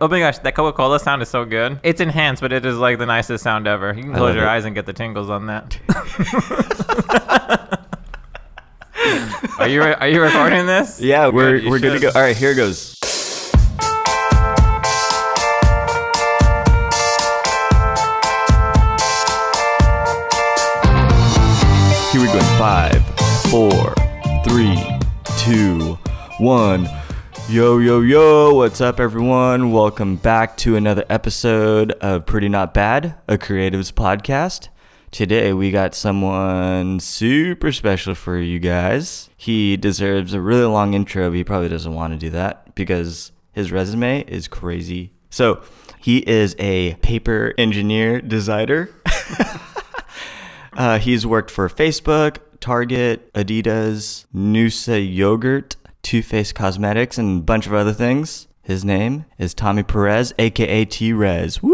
oh my gosh, that Coca Cola sound is so good. It's enhanced, but it is like the nicest sound ever. You can I close love your it. eyes and get the tingles on that. are you are you recording this? Yeah, we're, Good, you we're good to go. should. All right, here goes. Here we go in five, four, three, two, one. Yo, yo, yo, what's up, everyone? Welcome back to another episode of Pretty Not Bad, a creatives podcast. Today, we got someone super special for you guys. He deserves a really long intro, but he probably doesn't want to do that because his resume is crazy. So, he is a paper engineer designer. Uh, he's worked for Facebook, Target, Adidas, Noosa Yogurt, Too Faced Cosmetics, and a bunch of other things. His name is Tommy Perez, aka T Rez. Woo!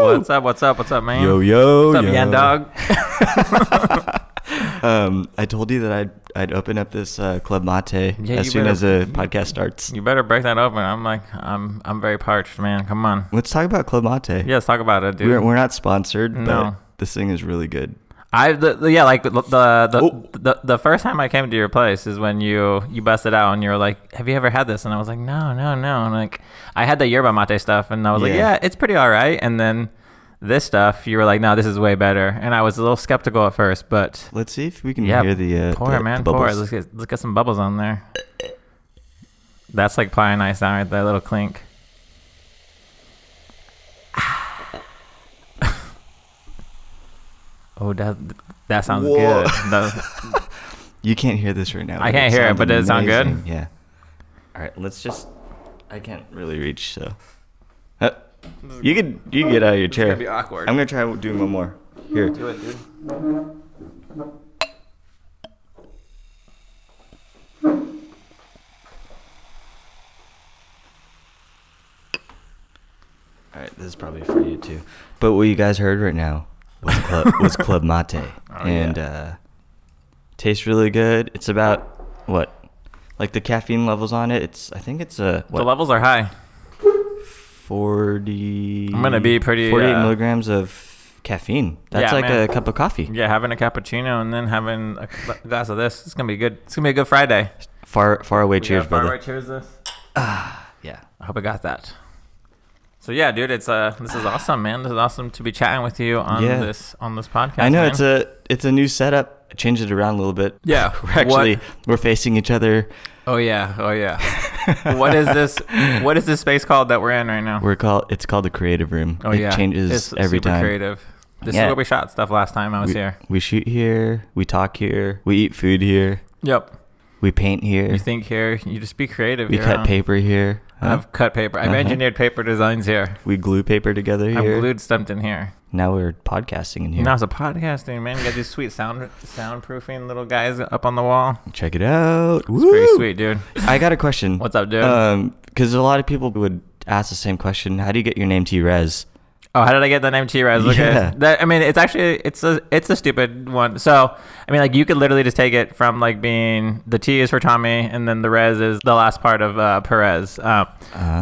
What's up? What's up? What's up, man? Yo yo What's up, yo. yeah, dog? Um, I told you that I'd I'd open up this uh, club mate Yeah, as you soon better- as the podcast starts. You better break that open. I'm like, I'm I'm very parched, man. Come on. Let's talk about club mate. Yeah, let's talk about it, dude. we're, we're not sponsored, but No. this thing is really good. I the, the- yeah like the the, the, Oh. the the first time I came to your place is when you you busted out and you were like, "Have you ever had this?" And I was like, "No, no, no." And like I had the yerba mate stuff, and I was like, Yeah. "Yeah, it's pretty all right." And then this stuff, you were like, "No, this is way better." And I was a little skeptical at first, but Let's see if we can yeah, hear the uh, pour the- it, man, the bubbles. pour it. Let's get let's get some bubbles on there. That's like pie and ice down right there, little clink. Oh, that that sounds Whoa. good. That- You can't hear this right now. I can't hear it, but does it sound sounds good? amazing. Yeah. All right, let's just. I can't really reach, so. Uh, you could you can get out of your chair. awkward. I'm gonna try doing one more. Here. All right, this is probably for you too. But what you guys heard right now was club, was club mate, and uh, tastes really good. It's about what, like the caffeine levels on it. It's I think it's a The what levels are high. forty. I'm gonna be pretty, forty-eight uh, milligrams of caffeine. That's Yeah, like man. a cup of coffee. Yeah, having a cappuccino and then having a gla- glass of this. It's gonna be good. It's gonna be a good Friday. Far far away. Cheers, yeah, brother. Right, cheers this. Yeah. I hope I got that. So yeah, dude, it's uh, this is awesome, man. This is awesome to be chatting with you on Yeah. this on this podcast. I know man. it's a it's a new setup. I changed it around a little bit. yeah. We're actually What- we're facing each other. oh yeah. Oh yeah. what is this? What is this space called that we're in right now? We're called it's called the creative room. oh it yeah. changes it's every super time. Creative. This Yeah. is where we shot stuff last time I was we, here. we shoot here, we talk here, we eat food here, Yep. we paint here, You think here? You just be creative. we here, cut huh? paper here, huh? I've cut paper. I've Uh-huh. engineered paper designs here. we glue paper together I've here. glued something here. now we're podcasting in here. Now it's a podcasting, man. You got these sweet sound soundproofing little guys up on the wall. Check it out. It's Pretty sweet, dude. I got a question. What's up, dude? Because a lot of people would ask the same question. How do you get your name T Rez? Oh, how did I get the name T-Rez? Okay. Yeah. That, I mean, it's actually it's a it's a stupid one. So, I mean, like you could literally just take it from like being the T is for Tommy, and then the Rez is the last part of uh, Perez. Um,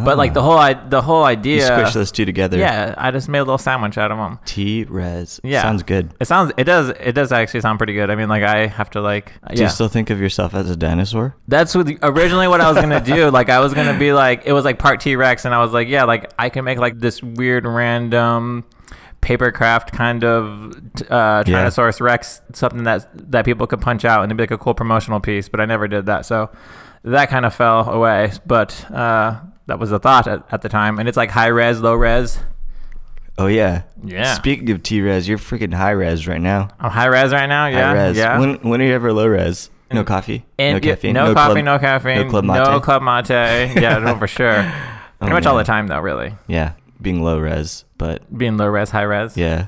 But like the whole I- the whole idea. Ah. You squish those two together. yeah, I just made a little sandwich out of them. T Rez. Yeah. Sounds good. It sounds it does it does actually sound pretty good. I mean, like I have to like Do yeah. you still think of yourself as a dinosaur? That's what originally what I was gonna do. Like I was gonna be like it was like part T Rex, and I was like, yeah, like I can make like this weird random paper craft kind of t- uh, Yeah. Tyrannosaurus Rex, something that that people could punch out and it'd be like a cool promotional piece. But I never did that, so that kind of fell away. But uh, that was the thought at, at the time, and it's like high res, low res. Oh yeah. Yeah. Speaking of T Rez, you're freaking high res right now. I'm high res right now. Yeah, high res. yeah. When when are you ever low res? No And- coffee. And no yeah, caffeine. No, coffee, no club- caffeine. No club mate. No club mate. Yeah, no, for sure. Pretty much all the Oh, time, man. though, really. Yeah, being low res, but Being low res, high res. yeah.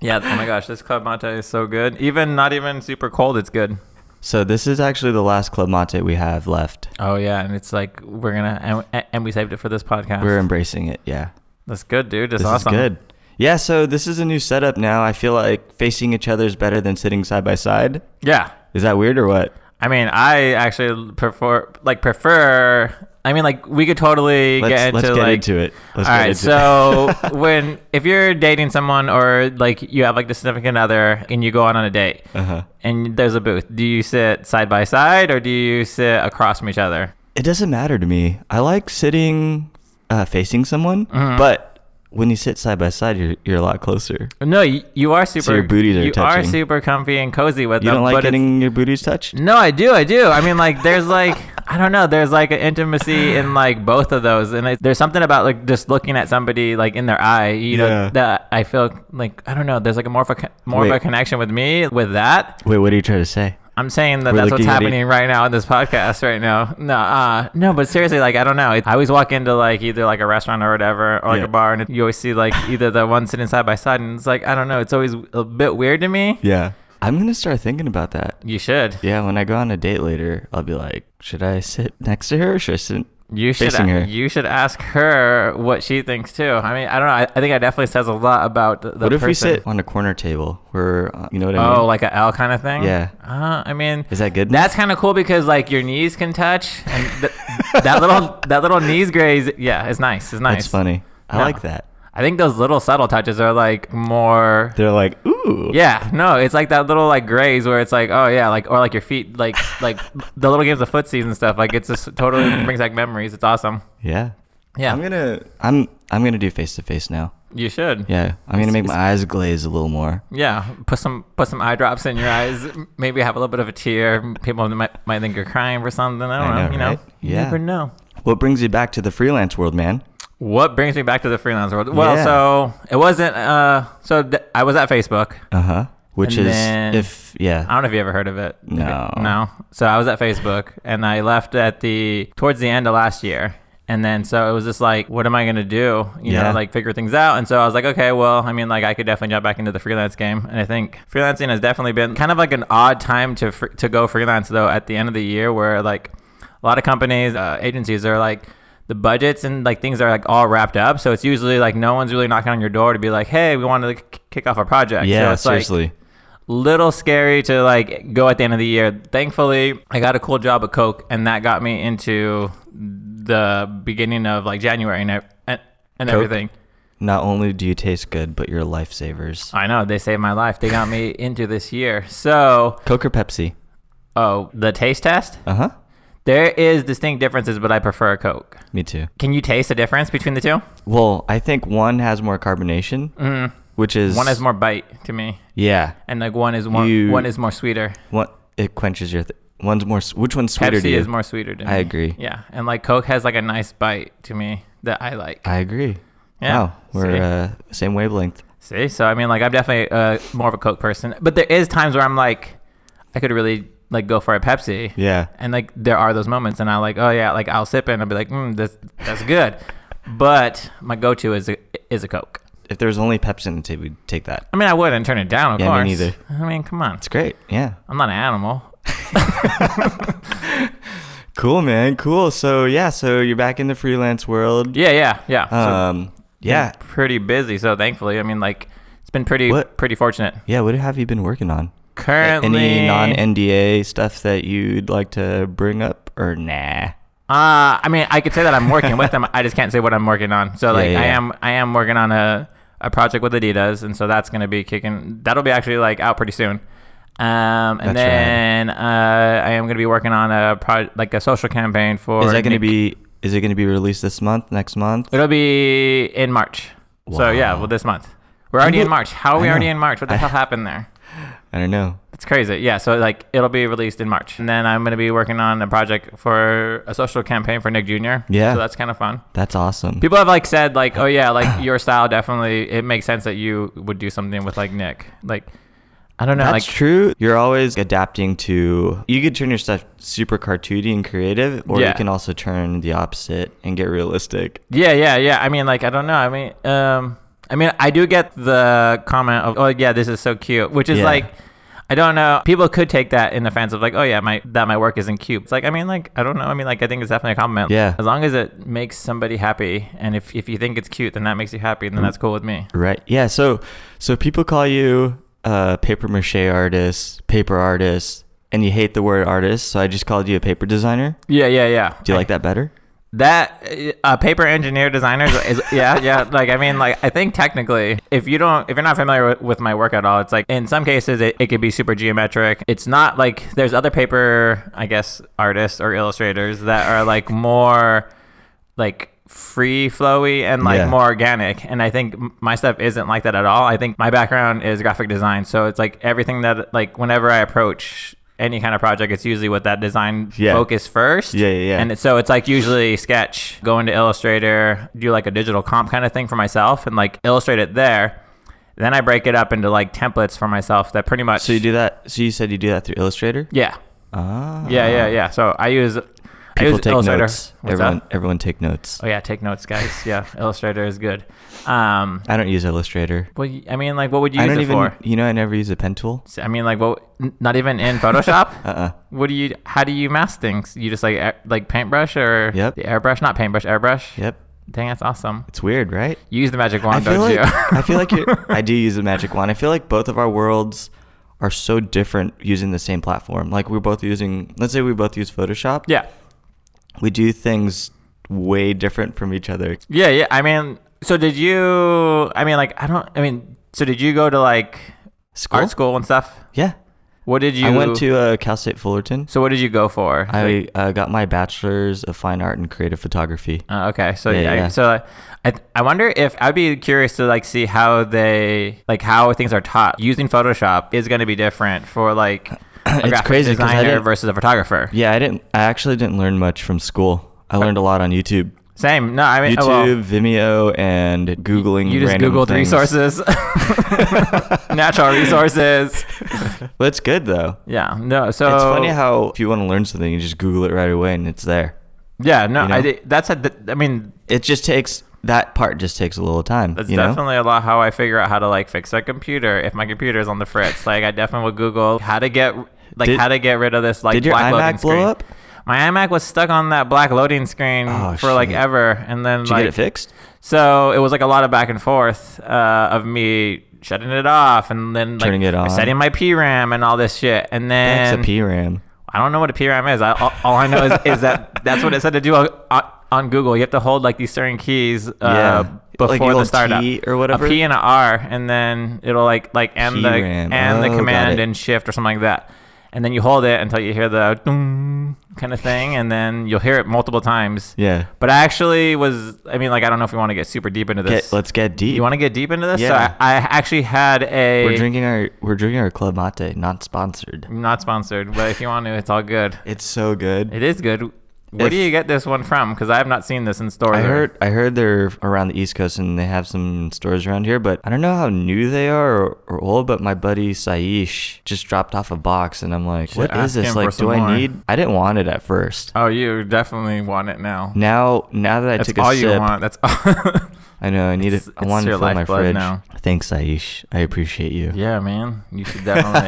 Yeah. Oh my gosh, this club mate is so good. Even not even super cold, it's good. So this is actually the last club mate we have left. Oh yeah, and it's like we're gonna and, and we saved it for this podcast. We're embracing it. Yeah, That's good, dude. That's this awesome. is good. Yeah, so this is a new setup now. I feel like facing each other is better than sitting side by side. Yeah. Is that weird or what? I mean, I actually prefer like prefer I mean, like we could totally Let's get into let's get like. into it. Let's all get right, into so when if you're dating someone or like you have like the significant other and you go on on a date it. Uh-huh. and there's a booth, do you sit side by side or do you sit across from each other? It doesn't matter to me. I like sitting uh, facing someone, Mhm. but when you sit side by side, you're, you're a lot closer. No, you, you are super. your booties are you are touching. super comfy and cozy with You them. don't like but it's- getting your booties touched? No, I do. I do. I mean, like, there's like, I don't know. There's like an intimacy in like both of those, and it, there's something about like just looking at somebody like in their eye. You know, Yeah. that I feel like I don't know. There's like a more of a con- more of Wait. a connection with me with that. Wait, what are you trying to say? I'm saying that We're that's what's looking at it- happening right now in this podcast right now. No, uh, no, but seriously, like I don't know. I always walk into like either like a restaurant or whatever, or like Yeah. a bar, and you always see like either the one sitting side by side, and it's like I don't know. It's always a bit weird to me. Yeah. I'm going to start thinking about that. You should. Yeah, when I go on a date later, I'll be like, should I sit next to her or should I sit? You should facing her. you should ask her what she thinks too. I mean, I don't know. I, I think it definitely says a lot about the the what if person. we sit on a corner table where, uh, you know what I mean? Oh, like a L kind of thing. Yeah. Uh, I mean, Is that good? that's kind of cool because like your knees can touch, and th- that little that little knees graze. Yeah, it's nice. It's nice. That's funny. I No. like that. I think those little subtle touches are like more. They're like, ooh. Yeah, no, it's like that little like graze where it's like, oh yeah, like or like your feet, like like the little games of footsies and stuff. Like it's just totally brings back memories. It's awesome. Yeah. Yeah, I'm gonna I'm I'm gonna do face to face now. you should. Yeah. I'm gonna make my eyes glaze a little more. Yeah, put some put some eye drops in your eyes. Maybe have a little bit of a tear. People might might think you're crying for something. I don't I know. know, You know, right? you Yeah. never know. What brings you back to the freelance world, man? What brings me back to the freelance world? Well, Yeah. so it wasn't. Uh, so th- I was at Facebook. Uh huh. Which And is then- if yeah. I don't know if you ever heard of it. No. No. So I was at Facebook and I left at the towards the end of last year. And then so it was just like, what am I gonna do? You Yeah. know, like figure things out. And so I was like, okay, well, I mean, like I could definitely jump back into the freelance game. And I think freelancing has definitely been kind of like an odd time to fr- to go freelance though. At the end of the year, where like a lot of companies, uh, agencies are like. The budgets and like things are like all wrapped up, so it's usually like no one's really knocking on your door to be like, "Hey, we want to like, k- kick off a project." yeah, so it's like- seriously. little scary to like go at the end of the year. Thankfully, I got a cool job at Coke, and that got me into the beginning of like January and ev- and, and Coke? everything. Not only do you taste good, but you're lifesavers. I know they saved my life. They got me into this year. So, Coke or Pepsi? oh, the taste test. Uh huh. There is distinct differences, but I prefer Coke. Me too. Can you taste the difference between the two? Well, I think one has more carbonation, Mm, which is one has more bite to me, Yeah. and like one is one You- one is more sweeter. One it quenches your. Th- one's more. s- Which one's sweeter to Pepsi you? is more sweeter to me. I agree. Yeah, and like Coke has like a nice bite to me that I like. I agree. Yeah. Wow, we're See? uh, same wavelength. See, so I mean, like, I'm definitely uh, more of a Coke person, but there is times where I'm like, I could really like go for a Pepsi, Yeah. and like there are those moments, and I like, oh yeah, like I'll sip it, and I'll be like, mm, this that's good, but my go-to is a, is a Coke. If there was only Pepsi on the table, we'd take that. I mean, I wouldn't turn it down, of Yeah, me course. neither. I mean, come on, It's great. Yeah. I'm not an animal. Cool, man. Cool. So yeah, so you're back in the freelance world. Yeah, yeah, yeah. So Um. Yeah. pretty busy, so thankfully, I mean, like, it's been pretty What- pretty fortunate. Yeah. What have you been working on? Currently, Any non-NDA stuff that you'd like to bring up, or nah? Uh, I mean, I could say that I'm working with them. I just can't say what I'm working on. So like, yeah, I yeah. am I am working on a a project with Adidas, and so that's gonna be kicking. That'll be actually like out pretty soon. Um, and That's then uh, I am gonna be working on a pro- like a social campaign for. Is that going to Nick- be? Is it going to be released this month? Next month? It'll be in March. So yeah, Wow. well this month. We're already in People- March. How are we I already know. in March? What the hell happened there? I don't know. It's crazy. Yeah. So like, it'll be released in March, and then I'm gonna be working on a project for a social campaign for Nick Jr. Yeah. So that's kind of fun. That's awesome. People have like said like, oh yeah, like your style definitely it makes sense that you would do something with like Nick. Like I don't know, like That's true. You're always adapting to. You could turn your stuff super cartoony and creative, or you Yeah. can also turn the opposite and get realistic. yeah, yeah, yeah. I mean like I don't know. I mean um I mean I do get the comment of oh yeah, this is so cute, which is Yeah. like I don't know. People could take that in offense of like, oh yeah, my that my work isn't cute. It's like I mean like I don't know. I mean like I think it's definitely a compliment. Yeah. As long as it makes somebody happy and if if you think it's cute then that makes you happy Mm. and then that's cool with me. Right. Yeah. So, so people call you a paper mache artist, paper artist, and you hate the word artist. So I just called you a paper designer. Yeah, yeah, yeah. Do you like that better? That uh, paper engineer designers is yeah yeah like I mean like I think technically if you don't if you're not familiar with, with my work at all it's like in some cases it, it could be super geometric it's not like there's other paper I guess artists or illustrators that are like more like free flowy and like Yeah. more organic and I think m- my stuff isn't like that at all I think my background is graphic design so it's like everything that like whenever I approach any kind of project it's usually with that design Yeah. focus first Yeah, yeah, yeah. and so it's like usually sketch, go into Illustrator, do like a digital comp kind of thing for myself and like illustrate it there. Then I break it up into like templates for myself that pretty much So you do that. So you said you do that through Illustrator. Yeah. Ah. Yeah, yeah, yeah. So I use I People use take Illustrator. notes. What's everyone, that? everyone take notes. Oh yeah, take notes guys. Yeah, Illustrator is good. Um I don't use Illustrator. well y- I mean like what would you I use don't it even. for? You know, I never use a pen tool. I mean like what n- not even in Photoshop? Uh-uh. What do you how do you mask things? You just like air, like paintbrush or Yep. the airbrush, not paintbrush, airbrush? Yep. Dang, that's awesome. It's weird, right? You use the magic I wand, feel don't like you? I feel like you're, I do use a magic wand. I feel like both of our worlds are so different using the same platform. Like we're both using. Let's say we both use Photoshop. Yeah. We do things way different from each other. Yeah, yeah. I mean, so did you I mean like I don't I mean, so did you go to like School. art school and stuff? Yeah. What did you I went to uh, Cal State Fullerton. So what did you go for? I uh, got my bachelor's of fine art and creative photography. Uh, okay, so Yeah, yeah, yeah. so I I wonder if I'd be curious to like see how they like how things are taught using Photoshop is going to be different for like a It's graphic crazy 'cause I designer didn't- versus a photographer. Yeah, I didn't. I actually didn't learn much from school. I learned a lot on YouTube, Same. No, I mean, YouTube, oh, well, Vimeo, and googling. you just random googled things. resources, natural resources. Well, it's good though. Yeah. No. So it's funny how if you want to learn something, you just Google it right away and it's there. Yeah, no, you know? I thi- that's a, th- I mean, It just takes that part. Just takes a little time. that's you know? definitely a lot how I figure out how to like fix a computer if my computer is on the fritz. Like I definitely would Google how to get like Did- how to get rid of this like Did your black loading iMac blow screen. up? My iMac was stuck on that black loading screen Oh, for like shit. ever, and then Did you like get it fixed? so it was like a lot of back and forth uh, of me shutting it off and then like Turning it on. setting my PRAM and all this shit, and It's a then PRAM. I don't know what a PRAM is. I, all, all I know is, is that that's what it said to do on, on- on Google. You have to hold like these certain keys uh, Yeah. before Like the the old startup T or whatever? A P and an R, and then it'll like like end PRAM. the and Oh, the got command it. and shift or something like that, and then you hold it until you hear the dong kind of thing, and then you'll hear it multiple times. Yeah. But I actually was. I mean, like I don't know if you want to get super deep into this. Get, let's get deep. you want to get deep into this? So Yeah. I, I actually had a. we're drinking our we're drinking our club mate, not sponsored. Not sponsored, but if you want to, it's all good. It's so good. It is good. Where do If- you get this one from? Because I have not seen this in stores. I or- heard I heard they're around the East Coast and they have some stores around here, but I don't know how new they are or, or old. But my buddy Saish just dropped off a box, and I'm like, Should "What is ask him this? for Like, do some I more." need?" I didn't want it at first. Oh, you definitely want it now. Now, now that I That's took a all you sip, want. That's all. I know I need it. It's- I it's wanted to your fill my lifeblood fridge. now. Thanks, Saish. I appreciate you. yeah, man. You should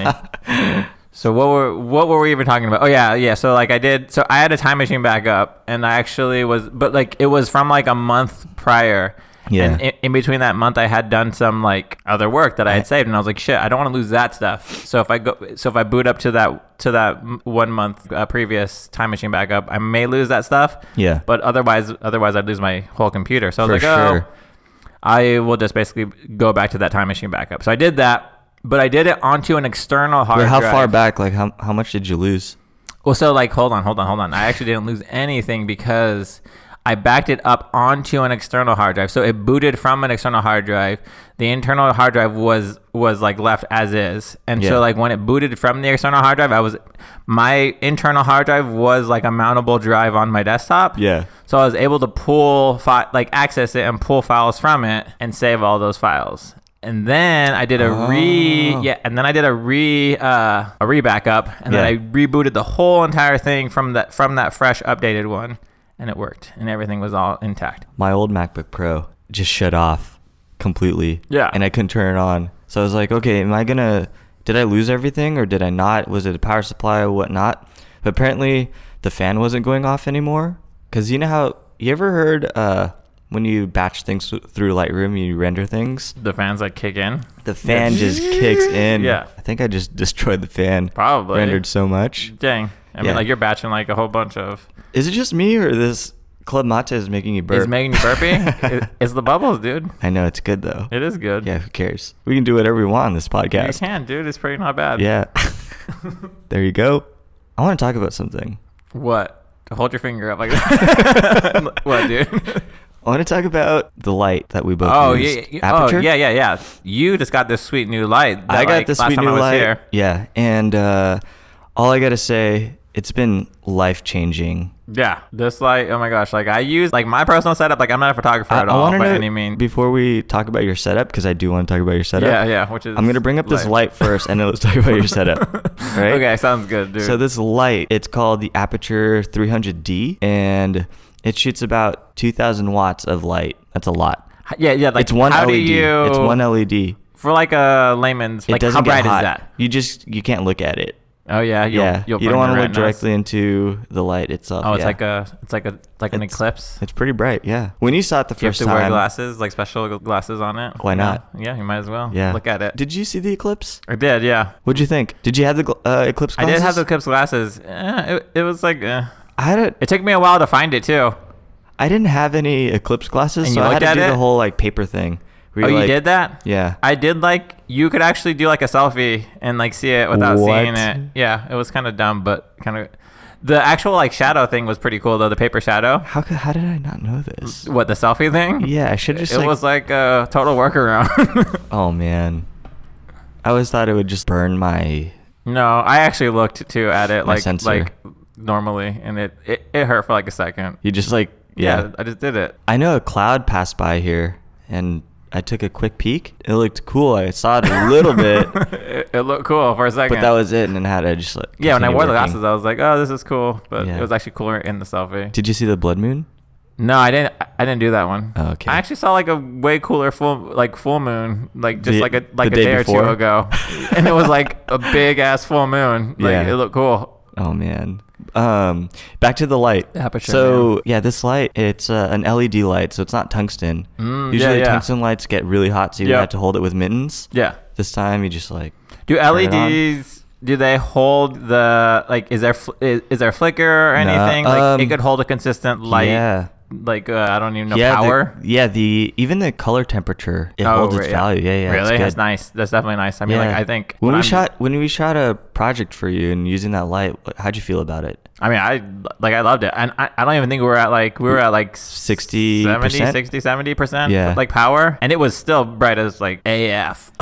definitely. so what were what were we even talking about? Oh yeah, yeah. So like I did. So I had a time machine back up, and I actually was, but like it was from like a month prior. Yeah. And in, in between that month, I had done some like other work that I had saved, and I was like, shit, I don't want to lose that stuff. So if I go, so if I boot up to that to that m- one month uh, previous time machine backup, I may lose that stuff. Yeah. But otherwise, otherwise I'd lose my whole computer. So I was For like, sure. oh, I will just basically go back to that time machine backup. So I did that, but I did it onto an external hard Wait, how drive. far back? Like, how how much did you lose? Well, so like, hold on, hold on, hold on. I actually didn't lose anything because I backed it up onto an external hard drive. So it booted from an external hard drive. The internal hard drive was was like left as is, and Yeah. so like when it booted from the external hard drive, I was my internal hard drive was like a mountable drive on my desktop. Yeah. So I was able to pull fi- like access it and pull files from it and save all those files. And then I did a re Oh. yeah, and then I did a re uh, a re backup, and Yeah. then I rebooted the whole entire thing from that from that fresh updated one, and it worked, and everything was all intact. my old MacBook Pro just shut off completely. Yeah. And I couldn't turn it on. So I was like, okay, am I gonna did I lose everything or did I not? Was it a power supply or whatnot? But apparently the fan wasn't going off anymore. Cause you know how you ever heard uh when you batch things through Lightroom, you render things. The fans like kick in, The fan just kicks in. Yeah. I think I just destroyed the fan. Probably. rendered so much. dang. I Yeah. mean, like you're batching like a whole bunch of Is it just me or this Club Mate is making you burp. Is making you burpy? It- it's the bubbles, dude. I know it's good though. It is good. Yeah, who cares? We can do whatever we want on this You podcast. can, dude. It's pretty not bad. Yeah. there you go. I want to talk about something. What? Hold your finger up like that. what, dude? I want to talk about the light that we both Oh used. yeah, yeah. Aperture? Oh yeah, yeah, yeah. You just got this sweet new light. that, I got like, this last sweet time new I was light. Here. Yeah, and uh, all I gotta say, it's been life changing. Yeah, this light. Oh my gosh! Like I use like my personal setup. Like I'm not a photographer at all wanna by know- any means. Before we talk about your setup, because I do want to talk about your setup. Yeah, yeah. Which is I'm gonna bring up this light first, and then let's talk about your setup. Right? Okay, sounds good, dude. So this light, it's called the Aperture 300D, and it shoots about 2,000 watts of light. That's a lot. yeah, yeah. Like it's one how LED. do you? It's one LED. It for like a layman's. like doesn't how get bright hot. is that? You just you can't look at it. Oh yeah, you'll, yeah, You'll you don't burn want to your look retinas. directly into the light itself. Oh, it's yeah. like a, it's like a, it's like an It's- eclipse. It's pretty bright, yeah. When you saw it the You have first to time, wear glasses, like special gl- glasses on it. Why Yeah. not? Yeah, you might as well. yeah, Oh, look at it. Did you see the eclipse? I did, yeah. What'd you think? Did you have the gl- uh, eclipse? I Glasses? did have the eclipse glasses. Eh, it, it was like, eh. I had a, it took me a while to find it too. I didn't have any eclipse glasses, And so you I had looked to at do the it? whole like paper thing. where Oh, you like- did that? Yeah. I did like you could actually do like a selfie and like see it without What? seeing it. Yeah, it was kind of dumb, but kind of the actual like shadow thing was pretty cool though. The paper shadow. how could, how did I not know this? Mm, What the selfie thing? Yeah, I should just. it like, was like a total workaround. Oh man, I always thought it would just burn my. no, I actually looked too at it My like sensor. like normally, and it, it it hurt for like a second. You just like yeah. I just did it. I know a cloud passed by here, and I took a quick peek. It looked cool. I saw it a little bit, but it, it looked cool for a second. that was it. And then how did I just like? yeah. When I continue wore the working. glasses, I was like, oh, this is cool, but Yeah. it was actually cooler in the selfie. Did you see the blood moon? No, I didn't. I- I didn't do that one. Oh, okay. I actually saw like a way cooler full, like full moon, like just The- like a the like a day day, or before? two ago, and it was like a big ass full moon. Like Yeah. it looked cool. Oh man. Um, back to the light. Aperture, So man. yeah, this light it's uh, an LED light, so it's not tungsten. Mm, yeah, Usually yeah. tungsten lights get really hot, so you Yep. have to hold it with mittens. Yeah. This time you just like Do it on. LEDs? Do they hold the like? Is there fl- is, is there flicker or No, anything? Like um, it could hold a consistent light. yeah. Like uh, I don't even know yeah, the- power. Oh, yeah, the even the color temperature it holds its right, value. Yeah, yeah, Really, it's that's good. nice. That's definitely nice. I mean, Yeah. like I think when we I'm- shot when we shot a project for you and using that light, wh- how'd you feel about it? I mean, I like I loved it, and I, I don't even think we were at like we were at like 60%? 60, 70 percent, Yeah. like power, and it was still bright as like AF.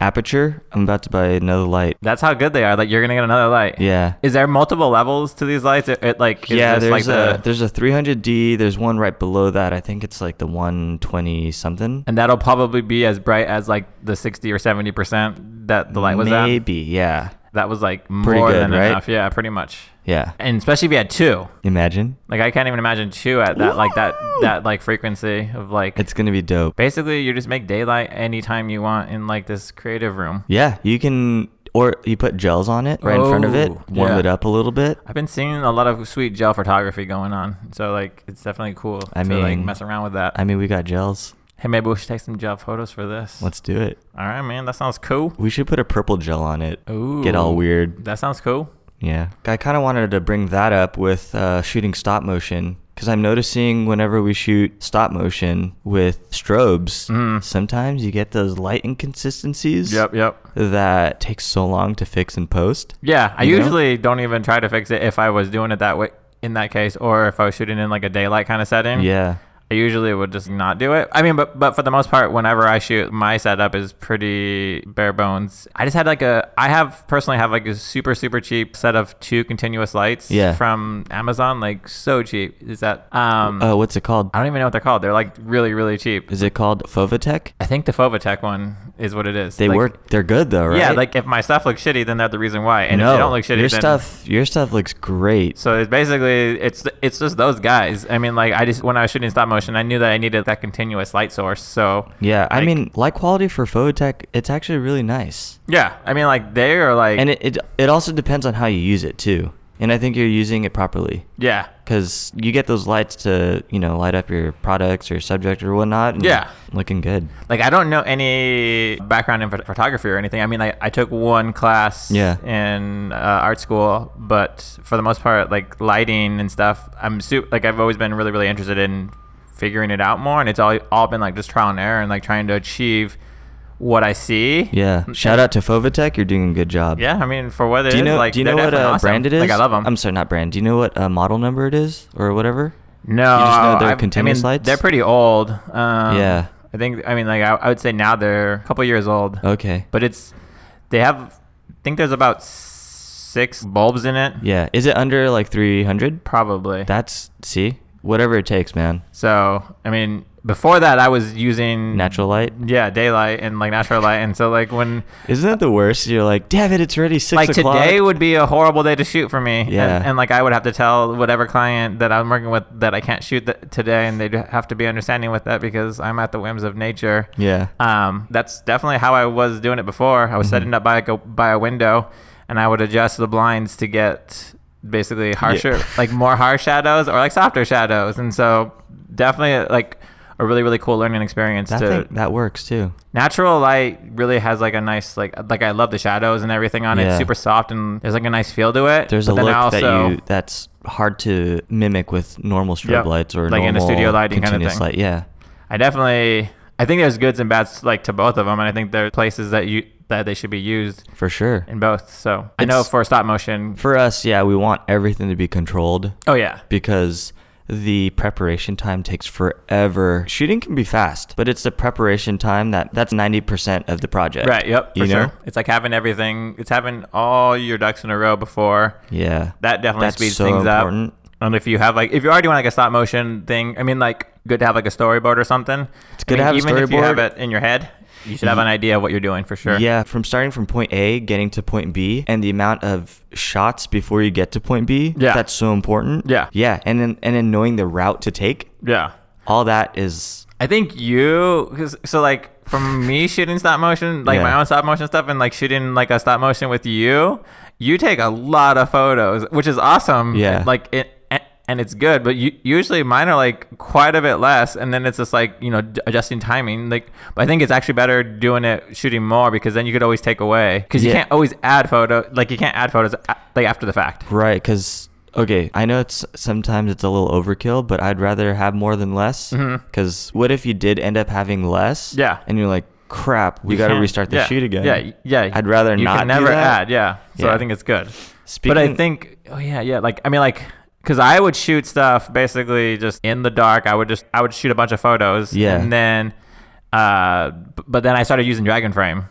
Aperture. I'm about to buy another light. That's how good they are. Like you're gonna get another light. Yeah. Is there multiple levels to these lights? It, it, like is yeah, this, there's like a the, there's a 300D. There's one right below that. I think it's like the 120 something. and that'll probably be as bright as like the sixty or seventy percent that the light was at. Maybe, yeah, That was like Pretty more good, than right? enough. Yeah, pretty much. yeah. And especially if you had two. Imagine Like I can't even imagine two at that like that Woo! that like frequency of like it's gonna be dope. Basically, you just make daylight anytime you want in like this creative room. Yeah, you can or you put gels on it right in front of it, Oh, warm yeah. it up a little bit. I've been seeing a lot of sweet gel photography going on, so like it's definitely cool I to like mean- mess around with that. I mean, we got gels. hey, maybe we should take some gel photos for this. Let's do it. All right, man, that sounds cool. We should put a purple gel on it. Ooh, Get all weird. That sounds cool. Yeah. I kind of wanted to bring that up with uh, shooting stop motion because I'm noticing whenever we shoot stop motion with strobes, Mm. sometimes you get those light inconsistencies. Yep, yep. that takes so long to fix and post. Yeah, I You know? usually don't even try to fix it if I was doing it that way in that case, or if I was shooting in like a daylight kind of setting. Yeah. I usually would just not do it. I mean, but but for the most part, whenever I shoot, my setup is pretty bare bones. I just had like a, I have personally have like a super super cheap set of two continuous lights Yeah. from Amazon, like so cheap. Is that um? Uh, what's it called? I don't even know what they're called. They're like really really cheap. Is it called Fovatech? I think the Fovatech one is what it is. They Like, work. They're good though, right? Yeah, like if my stuff looks shitty, then they're the reason why. And if they don't look shitty, your then stuff. Your stuff looks great. So it's basically it's it's just those guys. I mean, like I just when I was shooting stop motion, I knew that I needed that continuous light source. So Yeah, I like- mean, light quality for Fovatech, it's actually really nice, yeah, I mean, like they are like and it, it it also depends on how you use it too. And I think you're using it properly Yeah. because you get those lights to, you know, light up your products or subject or whatnot. And Yeah. Looking good. Like I don't know any background in pho- photography or anything. I mean, I, I took one class Yeah. in uh, art school, but for the most part, like lighting and stuff, I'm su- like I've always been really really interested in figuring it out more, and it's all all been like just trial and error and like trying to achieve what I see. Mm, Yeah. Shout out to Fovatech. You're doing a good job. Yeah, I mean, for what it is, Do you know? like, do you they're know what definitely uh, awesome. brand it is? Like, I love them. I'm sorry, not brand. Do you know what uh, model number it is or whatever? No, You just know they're I- I continuous mean, lights? They're pretty old. Um, Yeah. I think. I mean, like I, I would say now they're a couple years old. Okay. But it's they have. I think there's about s- six bulbs in it. yeah. Is it under like 300? Probably. That's see whatever it takes, man. so I mean, before that, I was using Natural light. Mm. Yeah, daylight and like natural light, and so like when. Isn't that the worst? You're like, damn it, it's already six like o'clock. today would be a horrible day to shoot for me. And- Yeah. And, like I would have to tell whatever client that I'm working with that I can't shoot th- today, and they'd have to be understanding with that because I'm at the whims of nature. yeah. Um, that's definitely how I was doing it before. I was Mm-hmm. setting up by a, by a window, and I would adjust the blinds to get basically harsher, like more harsh shadows or like softer shadows. And so, definitely like a really really cool learning experience. That to thing, that works too. natural light really has like a nice like like I love the shadows and everything on it. Yeah. It's super soft and there's like a nice feel to it. There's But a then look I that you that's hard to mimic with normal strobe Yep. lights or Like in a normal studio lighting kinda continuous thing. light. Yeah. I definitely I think there's goods and bads like to both of them, and I think there are places that you that they should be used For sure. in both. So I know It's- for stop motion. For us, yeah, we want everything to be controlled Oh yeah. because the preparation time takes forever. Shooting can be fast, but it's the preparation time that that's 90% of the project. Right. Yep. For You know? sure. It's like having everything. It's having all your ducks in a row before. Yeah. That definitely That's speeds so things important. up. And if you have like, if you're already doing like a stop motion thing, I mean, like, good to have like a storyboard or something. It's good to have a even if you storyboard. have it in your head, you should have an idea of what you're doing for sure. Yeah, from starting from point A, getting to point B, and the amount of shots before you get to point B, Yeah. that's so important. Yeah. Yeah, and then and then knowing the route to take, Yeah. all that is I think you, cause, so like from me shooting stop motion, like Yeah. my own stop motion stuff, and like shooting like a stop motion with you, you take a lot of photos, which is awesome. Yeah. And, Like it, and- and it's good, but you, usually mine are like quite a bit less, and then it's just like you know d- adjusting timing. Like, but I think it's actually better doing it shooting more because then you could always take away because you Yeah. can't always add photo. Like you can't add photos a- like after the fact. right because okay i know it's sometimes it's a little overkill but i'd rather have more than less because what if you did end up having less Mm-hmm. Yeah. and you're like crap we You got to can't- restart the yeah, shoot again Yeah, yeah. i'd rather you not can do never that. add. Yeah. So Yeah. I think it's good. Speaking, but I think, oh yeah, yeah. Like I mean, like because I would shoot stuff basically just in the dark. I would just I would shoot a bunch of photos. Yeah. And then, uh, b- but then I started using Dragon Frame.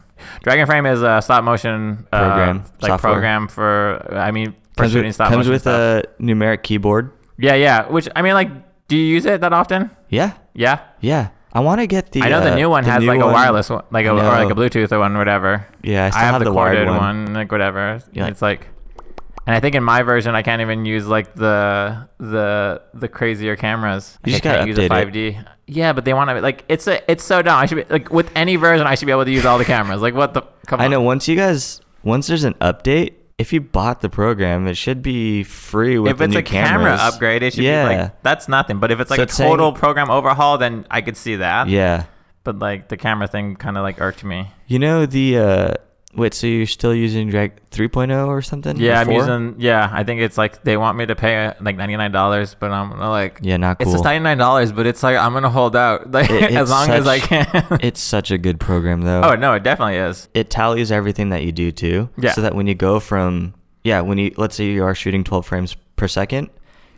Dragon Frame is a stop motion uh, Program, like software. program for I mean for comes shooting with, stop comes motion with uh, stuff. a numeric keyboard yeah, yeah. Which I mean, like, do you use it that often? yeah Yeah. yeah i want to get the I know the uh, new one has new like a wireless one, like a, or like know. a Bluetooth or one, whatever. yeah i still have, have, the, corded wired one. like whatever. Yeah. It's like, and I think in my version I can't even use like the the the crazier cameras. You Like, just I gotta can't use a update it. 5D. Yeah, but they want to like it's a it's so dumb. I should be like with any version I should be able to use all the cameras. Like what the come I on. know once you guys once there's an update, if you bought the program, it should be free with If the it's new a camera cameras. upgrade, it should yeah. be like that's nothing. But if it's like So a it's saying- total program overhaul, then I could see that. Yeah. But like the camera thing kind of like irked me. You know the uh wait, so you're still using Drag 3.0 or something? Yeah, Or I'm 4? using. Yeah, I think it's like they want me to pay uh, like ninety nine dollars, but I'm gonna, like, Yeah, not It's cool. just ninety nine dollars, but it's like I'm gonna hold out like It- it's as long as I such- can. It's such a good program though. oh no, it definitely is. It tallies everything that you do too. Yeah. So that when you go from yeah, when you let's say you are shooting 12 frames per second,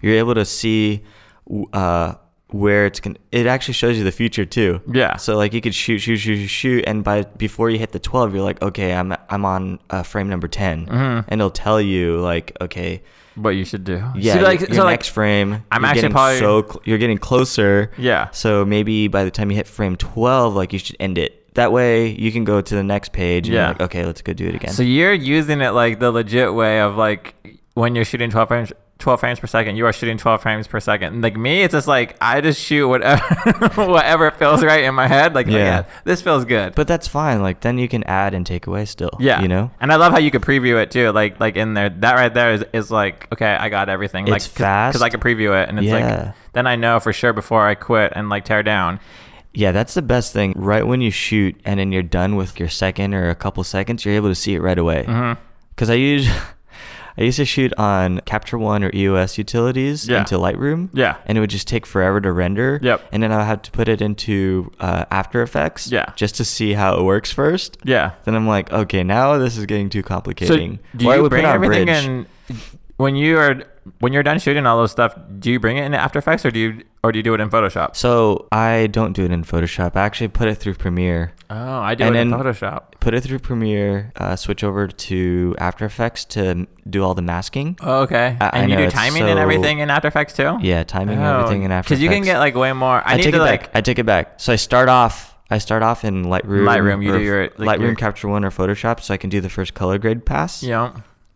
you're able to see w- uh where it's going it actually shows you the future too. Yeah. So like you could shoot, shoot, shoot, shoot, shoot, and by before you hit the twelve, you're like, okay, I'm I'm on uh, frame number 10 Mm-hmm. and it'll tell you like, okay, What you should do. yeah, So, like, your, so, your like, next frame, I'm you're actually getting probably- so cl- you're getting closer. Yeah. So maybe by the time you hit frame twelve, like you should end it. That way you can go to the next page. And yeah. Yeah. Like, okay, let's go do it again. So you're using it like the legit way of like when you're shooting twelve frames. 12 frames per second. You are shooting 12 frames per second. And like me, it's just like I just shoot whatever whatever feels right in my head. Like, yeah. Yeah. this feels good. But that's fine. Like then you can add and take away still. yeah, You know? And I love how you could preview it too. Like like in there, that right there is, is like okay, I got everything. like It's fast. because I could preview it, and it's Yeah. like then I know for sure before I quit and like tear down. Yeah, that's the best thing. Right when you shoot and then you're done with your second or a couple seconds, you're able to see it right away. Mhm. Cuz I used I used to shoot on Capture One or EOS utilities Yeah. into Lightroom. Yeah. And it would just take forever to render. Yep. And then I had to put it into uh, After Effects. Yeah. Just to see how it works first. Yeah. Then I'm like, okay, now this is getting too complicated. So do you bring everything in when you are when you're done shooting all those stuff? Do you bring it in After Effects or do you or do you do it in Photoshop? So I don't do it in Photoshop. I actually put it through Premiere. Oh, I do And it in then- Photoshop. Put it through Premiere, uh, switch over to After Effects to do all the masking. Oh, Okay, I- I and you know, do it's timing and so- everything in After Effects too. Yeah, timing and everything in After Effects. Because Oh, you can get like way more. I, need take to it like. back. I take it back. So I start off. I start off in Lightroom. Lightroom, you or do your- like Lightroom your- Capture One or Photoshop, so I can do the first color grade pass. Yeah.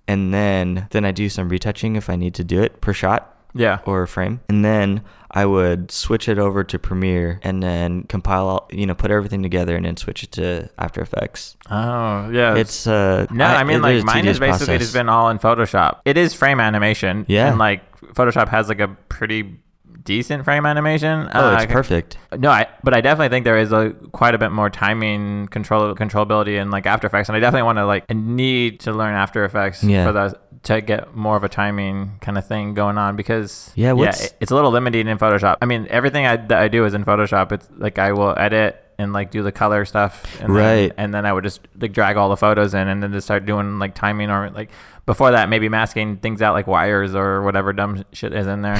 and then then I do some retouching if I need to do it per shot Yeah. or frame, and then I would switch it over to Premiere and then compile, all, you know, put everything together and then switch it to After Effects. Oh yeah. It's uh, no. I, mean, it like a mine tedious has basically process. just been all in Photoshop. It is frame animation. Yeah. And like Photoshop has like a pretty decent frame animation. oh, it's Uh, perfect. No, I, but I definitely think there is a quite a bit more timing control controllability in like After Effects, and I definitely want to like I need to learn After Effects Yeah. for the to get more of a timing kind of thing going on because Yeah, what's- it- it's a little limited in Photoshop. I mean, everything I, that I do is in Photoshop. It's like I will edit and like do the color stuff, and Right. Then, and then I would just like drag all the photos in, and then just start doing like timing or like before that maybe masking things out like wires or whatever dumb shit is in there.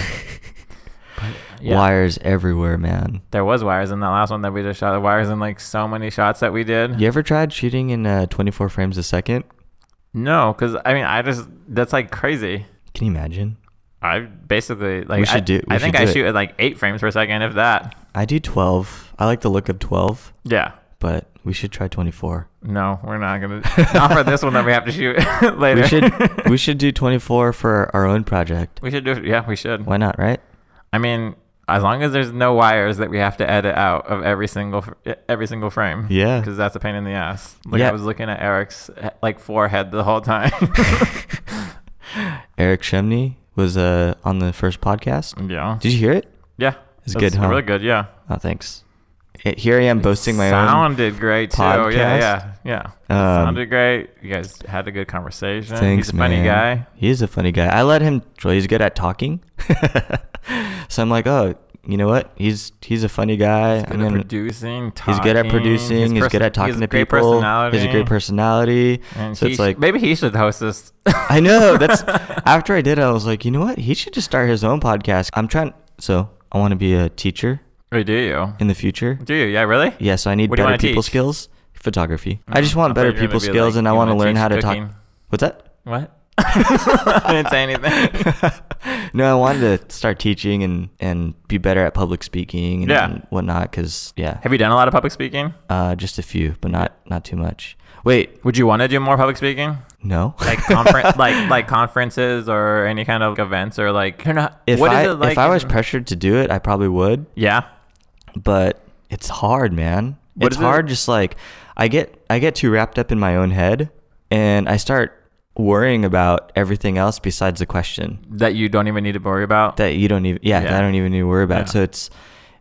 But, yeah. Wires everywhere, man. There was wires in that last one that we just shot. The wires in like so many shots that we did. You ever tried shooting in uh, 24 frames a second? No, because I mean, I just that's like crazy. Can you imagine? I basically like We should I, do- we I think should I do it. shoot at like eight frames per second, if that. I do 12. I like the look of 12, Yeah. but we should try 24. No, we're not gonna not for this one that we have to shoot later. We should we should do 24 for our own project. we should do it. Yeah, we should. Why not, right? I mean, as long as there's no wires that we have to edit out of every single fr- every single frame. Yeah. Because that's a pain in the ass. Like Yeah. I was looking at Eric's like forehead the whole time. Eric Shemney was uh, on the first podcast. yeah. Did you hear it? Yeah. It's good, huh? Really good. Yeah. Oh, thanks. Eh, Here I am boasting my own. sounded great too. podcast. Yeah, yeah, yeah. It Um, sounded great. You guys had a good conversation. Thanks, He's a funny man. guy. He is a funny guy. I let him. Well, he's good at talking. so I'm like, oh, you know what? He's he's a funny guy. Good I'm at gonna- producing. Talking. he's good at producing. He's, person- good at talking he's to a great people. Personality. He's a great personality. And so he it's sh- like maybe he should host this. I know. That's after I did it. I was like, you know what? He should just start his own podcast. I'm trying. So I want to be a teacher Wait, do you? in the future. Do you? Yeah, really? Yeah, so I need What do you better wanna people teach? skills. Photography. I just Oh, want thought better you were gonna people be skills, like, and I you want to wanna learn teach how to cooking. talk. What's that? What? I didn't say anything. no, I wanted to start teaching and and be better at public speaking and, Yeah. whatnot. Cause yeah, Have you done a lot of public speaking? uh, just a few, but not not too much. Wait, Would you want to do more public speaking? no. Like conference, like like conferences or any kind of events or like you're not. if what is I it like if I was in- pressured to do it, I probably would. yeah, But it's hard, man. What it's is it- hard. Just like I get I get too wrapped up in my own head, and I start worrying about everything else besides the question. that you don't even need to worry about. that you don't even yeah, Yeah. that I don't even need to worry about. Yeah. So it's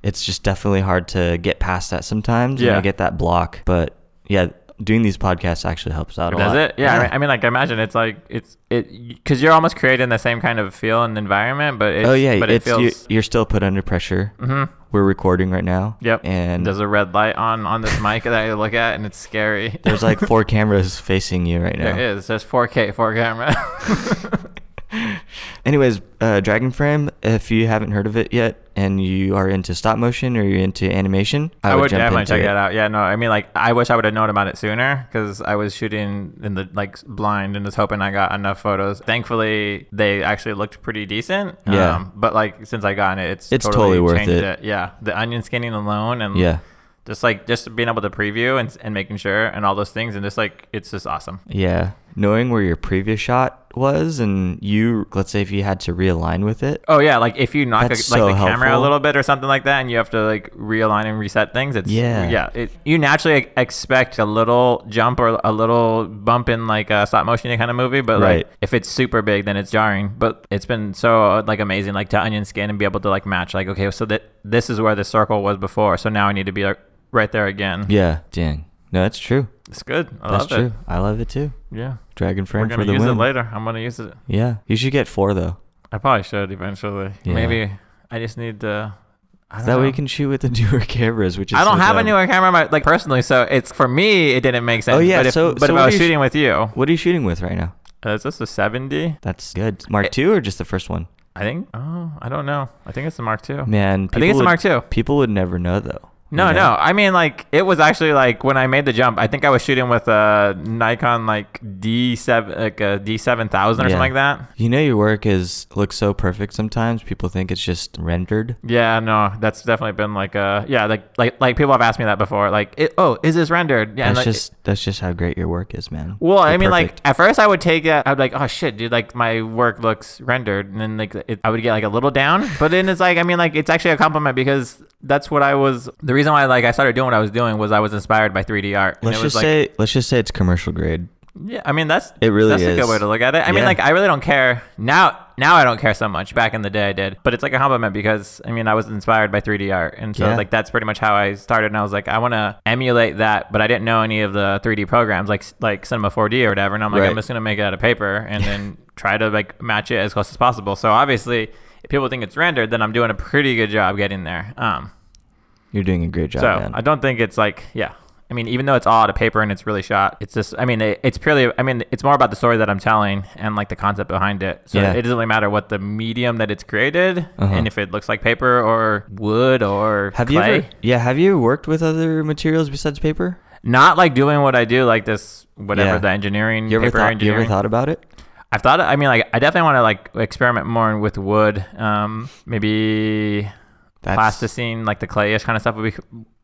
it's just definitely hard to get past that sometimes. and Yeah. I get that block, but yeah, doing these podcasts actually helps out a Does lot. it? Yeah. I, mean, I mean, like, imagine it's like it's it because you're almost creating the same kind of feel and environment, but it's, oh yeah, but it it's you, feels. you're still put under pressure. Mhm. We're recording right now. Yep. and there's a red light on on this mic that I look at, and it's scary. there's like four cameras facing you right now. There is. There's 4K, four camera. Anyways, uh, Dragon Frame. If you haven't heard of it yet, and you are into stop motion or you're into animation, I, I would, would jump definitely into check it. that out. Yeah, no, I mean, like, I wish I would have known about it sooner because I was shooting in the like blind and just hoping I got enough photos. Thankfully, they actually looked pretty decent. Um, Yeah. but like since I got it, it's It's totally worth changed it. Yeah, the onion skinning alone and Yeah, just like just being able to preview and, and making sure and all those things and just like it's just awesome yeah. Knowing where your previous shot was and you let's say if you had to realign with it Oh yeah, like if you knock a, like That's so the camera a helpful. little bit or something like that, and you have to like realign and reset things. It's Yeah. yeah. It, you naturally expect a little jump or a little bump in like a stop motion kind of movie, but Right. like if it's super big, then it's jarring. But it's been so like amazing, like to onion skin and be able to like match, like okay, so that this is where the circle was before, so now I need to be like right there again. yeah dang no that's true It's good. I that's love true i love it too it. Yeah, dragon we're frame for gonna the use win it later. I'm gonna use it. yeah you should get four though I probably should eventually. Yeah. Maybe I just need to. I don't that know. way you can shoot with the newer cameras which is I don't so have a dumb. newer camera, my, like personally. So it's for me, it didn't make sense. Oh, yeah, But if, so- but so if what I are was you sh- shooting with you, what are you shooting with right now uh, is this a seventy? that's good mark It- two or just the first one I think. Oh, I don't know. I think it's the Mark II. man Oh. I think it's would, the Mark II. people would never know though No, you know? no. I mean, like it was actually like when I made the jump. I think I was shooting with a Nikon like D seven, like a D seven thousand or Yeah. something like that. You know your work is looks so perfect sometimes people think it's just rendered. Yeah, no, that's definitely been like a yeah, like like like people have asked me that before. Like, it, oh, is this rendered? Yeah, and, that's like, just that's just how great your work is, man. Well, I You're mean, perfect. like at first I would take it. I'd be like, oh shit, dude, like my work looks rendered, and then like it, I would get like a little down. But then it's like, I mean, like it's actually a compliment because that's what I was. The reason why like I started doing what I was doing was I was inspired by 3D art. and let's it was just like, say let's just say it's commercial grade. yeah, I mean that's It really that's a is. good way to look at it. I mean, Yeah. like I really don't care now. Now I don't care so much. Back in the day, I did, but it's like a compliment because I mean I was inspired by 3D art, and so Yeah. like that's pretty much how I started. And I was like, I want to emulate that, but I didn't know any of the 3D programs like like Cinema 4D or whatever. And I'm like, Right. I'm just gonna make it out of paper and then try to like match it as close as possible. So obviously, if people think it's rendered, then I'm doing a pretty good job getting there. Um, You're doing a great job, so man. I don't think it's like yeah. I mean, even though it's all out of paper and it's really shot, it's just. I mean, it, it's purely. I mean, it's more about the story that I'm telling and like the concept behind it. So Yeah. it doesn't really matter what the medium that it's created Uh-huh. and if it looks like paper or wood or have you clay. ever Yeah, have you worked with other materials besides paper? Not like doing what I do, like this whatever Yeah. the engineering You ever Mm, paper thought you engineering. ever thought about it? I've thought. I mean, like I definitely want to like experiment more with wood. Um, maybe That's plasticine, like the clayish kind of stuff would be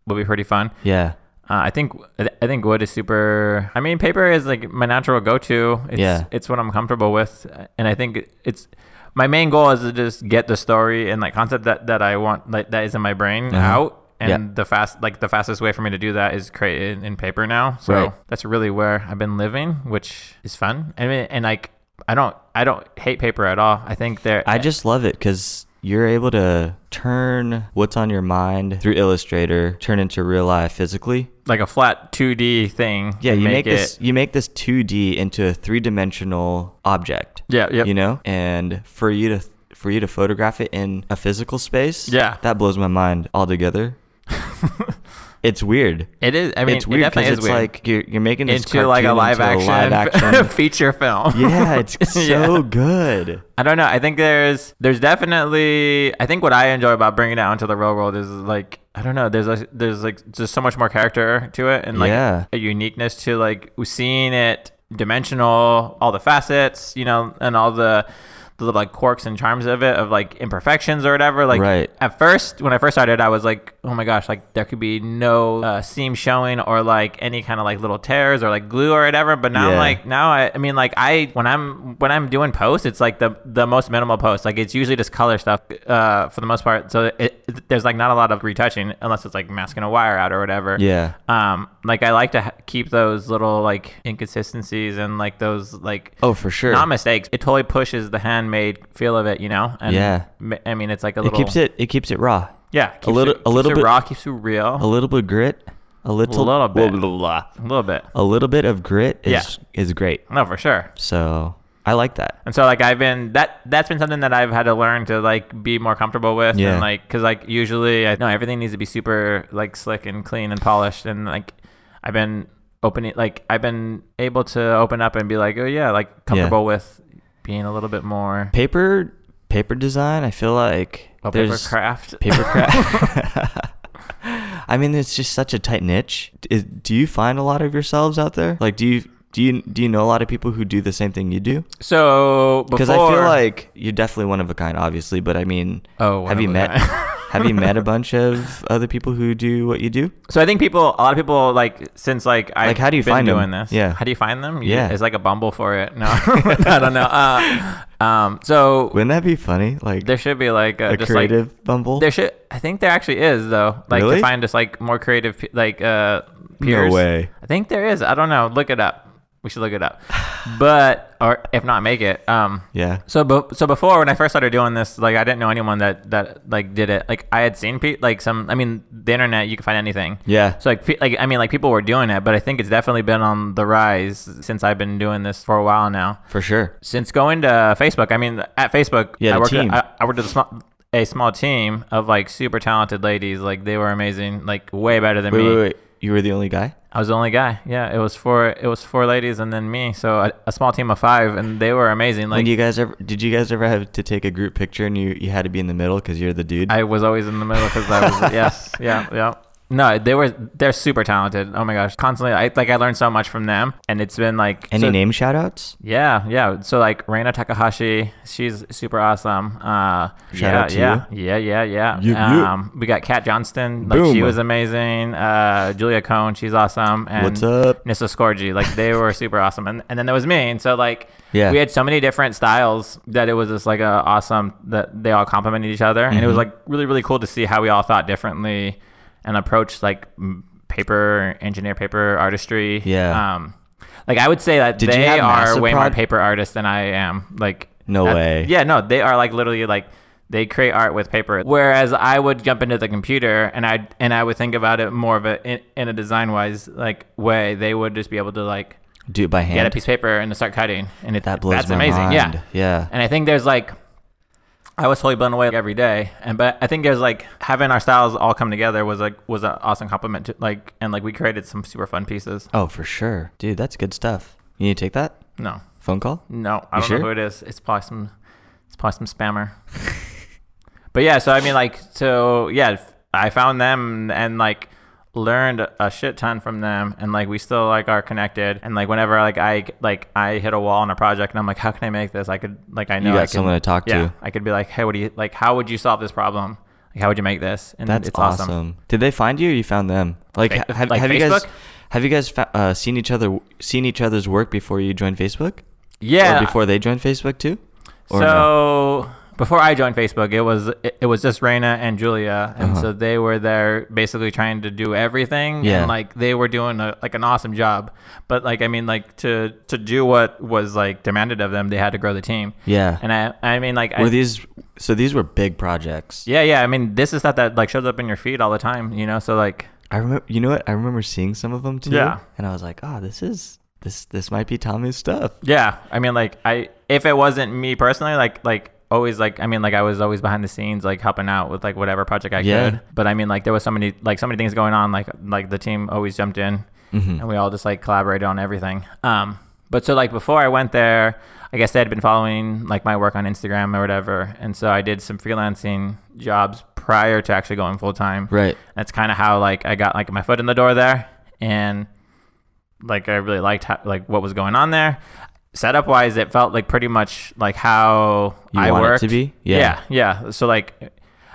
would be pretty fun. Yeah. Uh, I think I think wood is super. I mean, paper is like my natural go-to. It's, Yeah. it's what I'm comfortable with, and I think it's my main goal is to just get the story and like concept that that I want like that is in my brain Uh-huh. out. And Yeah. the fast like the fastest way for me to do that is create it in paper now. So Right. that's really where I've been living, which is fun. I mean, and like I don't I don't hate paper at all. I think there I just love it cuz you're able to turn what's on your mind through Illustrator, turn into real life physically. like a flat 2D thing. Yeah, and you make, this it- you make this 2D into a three-dimensional object. Yeah, yep. You know? And for you to for you to photograph it in a physical space, Yeah. that blows my mind altogether. it's weird. It is. I mean, it's weird it definitely is it's weird. like you're, you're making this into like a cartoon live into action, a live action. feature film. yeah, it's so Yeah. good. I don't know. I think there's there's definitely I think what I enjoy about bringing it out into the real world is like I don't know. There's like there's like just so much more character to it and like Yeah. a uniqueness to like seeing it dimensional, all the facets, you know, and all the the little like quirks and charms of it of like imperfections or whatever like Right. at first when i first started i was like oh my gosh like there could be no uh, seam showing or like any kind of like little tears or like glue or whatever but now i'm Yeah. like now I, I mean like I when I'm when I'm doing posts it's like the the most minimal post like it's usually just color stuff uh for the most part so it, it- there's like not a lot of retouching unless it's like masking a wire out or whatever Yeah. um like I like to ha- keep those little like inconsistencies and like those like Oh, for sure. not mistakes it totally pushes the handmade feel of it you know and Yeah. m- I mean it's like a it little keeps it it keeps it raw. yeah keeps little- it, a little keeps bit- it raw keeps it real A little bit of grit, a little little bit. blah, blah, blah. a little bit A little bit of grit is Yeah. is great. no for sure So, I like that. And so like I've been that that's been something that I've had to learn to like be more comfortable with Yeah. and like cuz like usually I know everything needs to be super like slick and clean and polished and like I've been opening like I've been able to open up and be like oh yeah like comfortable with being a little bit more Paper paper design, I feel like well, Oh, paper there's craft paper craft. I mean, it's just such a tight niche. Is, do you find a lot of yourselves out there? Like, do you do you do you know a lot of people who do the same thing you do? so Because because I feel like you're definitely one of a kind, obviously. But I mean, Oh, one have of you a met kind. Have you met a bunch of other people who do what you do? So I think people, a lot of people, like since like I Like, how do you been find them? doing this? Yeah. how do you find them? You- Yeah. it's like a Bumble for it. No, I don't know. Uh, um, so Wouldn't that be funny? Like there should be like uh, a just creative like bumble? there should. I think there actually is though. Like Really? to find just like more creative pe- like uh peers. way. I think there is. I don't know. Look it up. We should look it up. But or if not, make it. Um. yeah. So, be- so before when I first started doing this, like I didn't know anyone that that like did it. Like I had seen pe- like some. I mean, the internet you can find anything. Yeah. So like, pe- like I mean, like people were doing it, but I think it's definitely been on the rise since I've been doing this for a while now. for sure. Since going to Facebook, I mean, at Facebook, Yeah, the I worked. team. I, I worked with a small, a small team of like super talented ladies. Like they were amazing. Like way better than Wait, me. wait, wait. You were the only guy? I was the only guy. Yeah, it was four. It was four ladies and then me. So a, a small team of five, and they were amazing. When Like do you guys ever did you guys ever have to take a group picture and you, you had to be in the middle because you're the dude? I was always in the middle because I was yes, yeah, yeah. No, they were they're super talented. Oh my gosh, constantly. I like I learned so much from them, and it's been like Any so- name shout outs? Yeah, yeah. So like Reina Takahashi, she's super awesome. Uh, Shout yeah, out to yeah, yeah, yeah, yeah, Yeah, yeah. Um, we got Kat Johnston, like she Boom. was amazing. Uh, Julia Cohn, she's awesome. And What's up? Nissa Scorgi, like they were super awesome. And and then there was me, and so like Yeah. we had so many different styles that it was just like a awesome that they all complemented each other, and it Mm-hmm. was like really really cool to see how we all thought differently and approached like m- paper engineer paper artistry. Yeah. Um, like I would say that Did you they have are massive way more prod- paper artists than I am. Like No at- way. Yeah, no, they are like literally like they create art with paper. Whereas I would jump into the computer and I and I would think about it more of a in, in a design wise like way. They would just be able to like Do it by hand. get a piece of paper and start cutting, and it, that blows that's my amazing. mind. Yeah, Yeah. and I think there's like, I was totally blown away every day. And but I think there's like having our styles all come together was like was an awesome compliment to like and like we created some super fun pieces. Oh, for sure. Dude, that's good stuff. You need to take that? No, Phone call? no, I You don't sure? know who it is. It's probably some, it's probably some spammer. but yeah, so I mean like so yeah, I found them and like learned a shit ton from them and like we still like are connected and like whenever like I like I hit a wall on a project and I'm like how can I make this I could like I know you I got can- someone to talk yeah, to. I could be like, hey, what do you like? How would you solve this problem? Like, how would you make this? And That's it's awesome. awesome. Did they find you or you found them? Like, Fa- ha- have, like have you guys Facebook? have you guys fa- uh, seen each other seen each other's work before you joined Facebook? Yeah. Or before they joined Facebook too? so Or no? before I joined Facebook, it was it, it was just Raina and Julia, and Uh-huh. so they were there basically trying to do everything. Yeah. And like they were doing a, like an awesome job, but like I mean, like to to do what was like demanded of them, they had to grow the team. Yeah. And I I mean like I, were these so these were big projects. yeah yeah I mean this is stuff that like shows up in your feed all the time, you know. So like I remember you know what? I remember seeing some of them too. Yeah. And I was like, "Oh, this is this this might be Tommy's stuff." Yeah, I mean, like I, if it wasn't me personally, like like always, like I mean, like I was always behind the scenes, like helping out with like whatever project I Yeah. could. But I mean, like there was so many like so many things going on. Like like the team always jumped in, and we all just like collaborated on everything. Um, but so like before I went there, I guess they had been following like my work on Instagram or whatever, and so I did some freelancing jobs prior to actually going full time. Right. That's kind of how like I got like my foot in the door there, and like I really liked how, like what was going on there. Setup wise, it felt like pretty much like how You I want it worked to be? yeah, yeah. So like,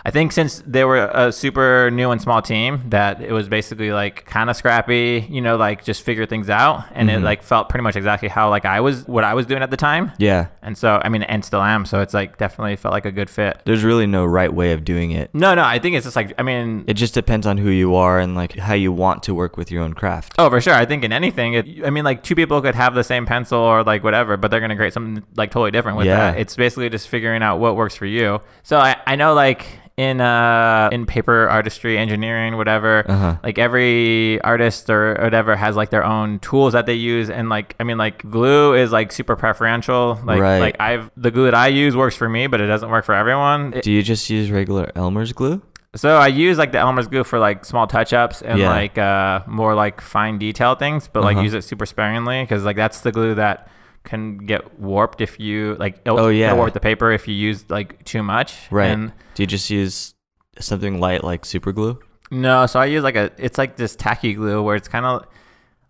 I think since they were a super new and small team, that it was basically like kind of scrappy, you know, like just figure things out, and it like felt pretty much exactly how like I was what I was doing at the time. Yeah. And so I mean, and still am. So it's like definitely felt like a good fit. There's really no right way of doing it. No, no, I think it's just like I mean, It just depends on who you are and like how you want to work with your own craft. Oh, for sure. I think in anything, it, I mean, like two people could have the same pencil or like whatever, but they're going to create something like totally different with Yeah. that. It's basically just figuring out what works for you. So I, I know like in uh in paper artistry engineering whatever Uh-huh. like every artist or whatever has like their own tools that they use and like i mean like glue is like super preferential like Right. like i've the glue that i use works for me but it doesn't work for everyone It- Do you just use regular Elmer's glue? so I use like the Elmer's glue for like small touch ups and Yeah. like uh, more like fine detail things, but like Uh-huh. use it super sparingly because like that's the glue that can get warped if you like it'll, Oh, yeah. it'll warp the paper if you use like too much. Right. And Do you just use something light like super glue? no, so I use like a it's like this tacky glue where it's kind of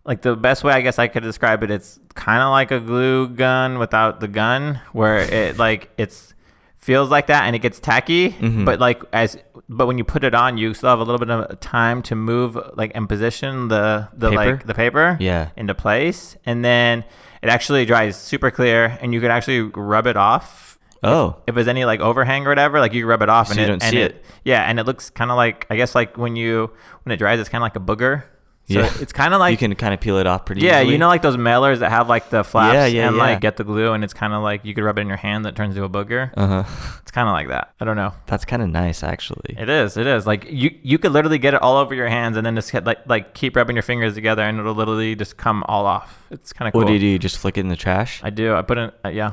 like the best way I guess I could describe it. It's kind of like a glue gun without the gun, where it like it's feels like that and it gets tacky Mm-hmm. but like as but when you put it on you still have a little bit of time to move like and position the the Paper? like the paper Yeah. into place and then it actually dries super clear and you can actually rub it off Oh, if there's any like overhang or whatever like you can rub it off So and you it, don't and see it, it. yeah and it looks kind of like i guess like when you when it dries it's kind of like a booger so Yeah. it's kind of like you can kind of peel it off pretty. yeah, easily. you know, like those mailers that have like the flaps Yeah, yeah, and yeah. like get the glue, and it's kind of like you could rub it in your hand that turns into a booger. Uh huh. It's kind of like that. I don't know. That's kind of nice, actually. It is. It is like you you could literally get it all over your hands, and then just get, like like keep rubbing your fingers together, and it'll literally just come all off. It's kind of cool. What do you do? You just flick it in the trash? I do. I put in. Uh, yeah.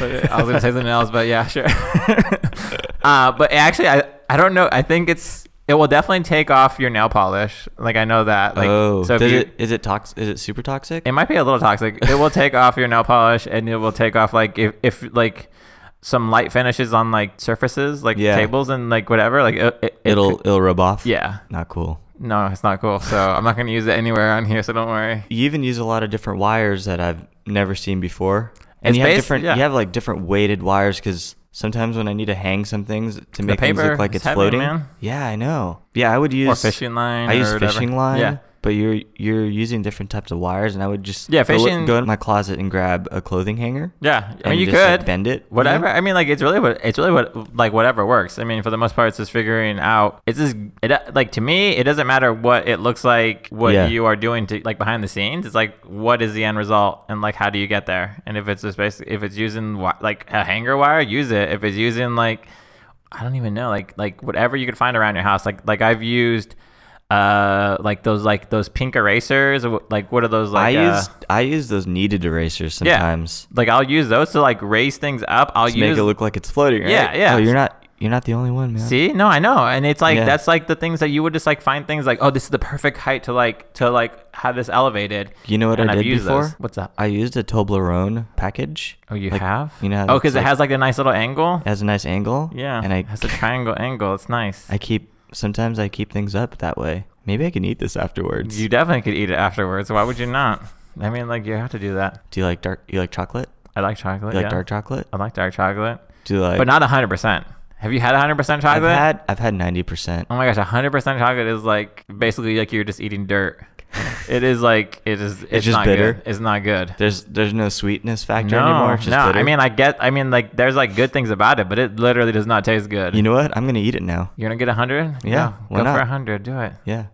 But it- I was gonna say something else, but yeah, sure. uh, but actually, I I don't know. I think it's it will definitely take off your nail polish. Like I know that. Like, oh, so if does you- it, is it toxic? Is it super toxic? it might be a little toxic. It will take off your nail polish, and it will take off like if, if like some light finishes on like surfaces, like Yeah. tables and like whatever. Like it, it, it It'll could- it'll rub off. yeah. Not cool. No, it's not cool. So I'm not gonna use it anywhere on here. So don't worry. You even use a lot of different wires that I've never seen before, and It's you have basi- different. yeah. You have like different weighted wires because sometimes when I need to hang some things to make things paper look like is it's heavy, floating. man. Yeah, I know. Yeah, I would use Or fishing line. I or use whatever. fishing line. Yeah. But you're you're using different types of wires, and I would just Yeah, go, fishing- go in my closet and grab a clothing hanger. Yeah, I And mean you just, like, could bend it, you know? Whatever. I mean, like it's really what it's really what like whatever works. I mean, for the most part, it's just figuring out. It's just it like to me, it doesn't matter what it looks like, what Yeah. you are doing to like behind the scenes. It's like what is the end result, and like how do you get there? And if it's just basically if it's using wi- like a hanger wire, use it. If it's using like I don't even know, like like whatever you could find around your house. Like like I've used uh like those like those pink erasers. or wh- Like what are those like? I uh, use I use those kneaded erasers Yeah. sometimes like I'll use those to like raise things up. I'll to use make it look like it's floating. Right? Yeah, yeah. Oh, you're not you're not the only one, man. See, no, I know, and it's like Yeah. that's like the things that you would just like find things like, oh, this is the perfect height to like to like have this elevated. You know what And I I've did used before? those. What's that? I used a Toblerone package. Oh, you Like, have? You know? oh, that's because it like- has like a nice little angle. has a nice angle. Yeah, And I it has a triangle angle. It's nice. I keep sometimes I keep things up that way. Maybe I can eat this afterwards. you definitely could eat it afterwards. Why would you not? I mean, like you have to do that. Do you like dark? You like chocolate? I like chocolate. You like Oh, yeah. dark chocolate? I like dark chocolate, Do you like? but not hundred percent. Have you had hundred percent I've chocolate? had I've had ninety percent. Oh my gosh, 100% chocolate is like basically like you're just eating dirt. It is like it is. It's, just not bitter. Good. It's not good. There's there's no sweetness factor anymore. It's just no. I bitter. mean, I get. I mean, like, there's like good things about it, but it literally does not taste good. you know what? I'm gonna eat it now. You're gonna get a hundred. Yeah, why go for not? a hundred. Do it. Yeah.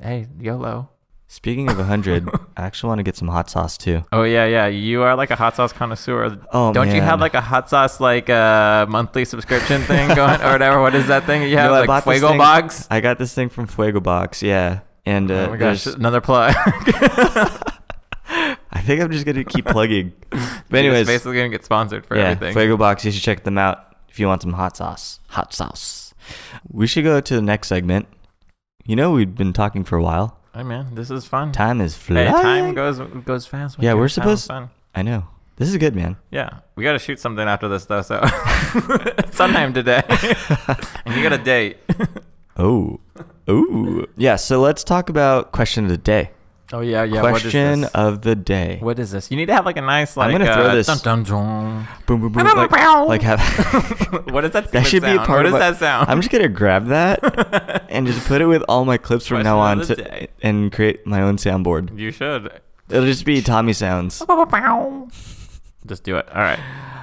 Hey, YOLO. Speaking of hundred, I actually want to get some hot sauce too. Oh yeah, yeah. You are like a hot sauce connoisseur. Oh, Don't you have man. like a hot sauce like uh, monthly subscription thing going or whatever? What is that thing you have? No, I like bought this Fuego thing- Box. I got this thing from Fuego Box. Yeah. And uh, oh my gosh, there's- another plug. I think I'm just gonna keep plugging. But You're just anyways, basically gonna get sponsored for yeah, everything. Fuego Box. You should check them out if you want some hot sauce. Hot sauce. We should go to the next segment. You know we've been talking for a while. Hey man, this is fun. Time is Hey, flying. time goes goes fast. when Yeah, you're we're having supposed- fun. I know. This is good, man. Yeah, we gotta shoot something after this though. So sometime today, and you got a date. Oh. Ooh. Yeah. So let's talk about question of the day. Oh yeah, yeah. question of the day. What is this? You need to have like a nice like. I'm gonna throw uh, this- Dun, dun, dun. Boom, boom, boom. like, like have. what is that? That stupid should be a sound? part of What my- does that sound? I'm just gonna grab that and just put it with all my clips from now Question on of the to, day. and create my own soundboard. you should. It'll just be Tommy sounds. Just do it. All right.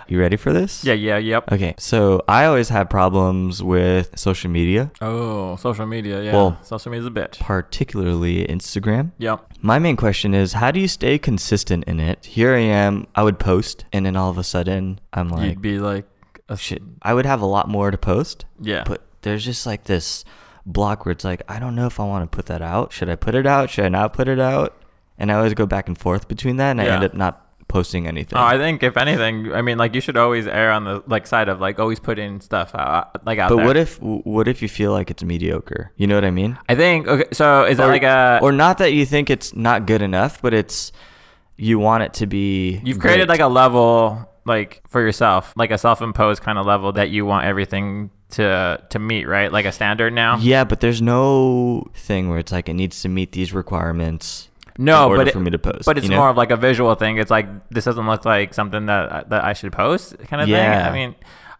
You ready for this? Yeah, yeah, yep. Okay. So I always have problems with social media, Oh, social media. Yeah. Well- social media's a bitch. particularly Instagram. Yep. My main question is how do you stay consistent in it? Here I am, I would post and then all of a sudden I'm like You'd be like a shit. I would have a lot more to post, Yeah. but there's just like this block where it's like I don't know if I want to put that out. Should I put it out? Should I not put it out? And I always go back and forth between that and I Yeah. end up not posting anything. Oh, I think if anything, I mean, like you should always err on the like side of like always putting stuff out, like out but there. what if what if you feel like it's mediocre? You know what I mean? I think okay. So is that or, like a or not that you think it's not good enough, but it's you want it to be. you've created like a level like for yourself, like a self-imposed kind of level that you want everything to to meet, right? Like a standard now. yeah, but there's no thing where it's like it needs to meet these requirements. in no, order but it- for me to post, but it's you know? more of like a visual thing. It's like this doesn't look like something that that I should post, kind of Yeah. thing. I mean,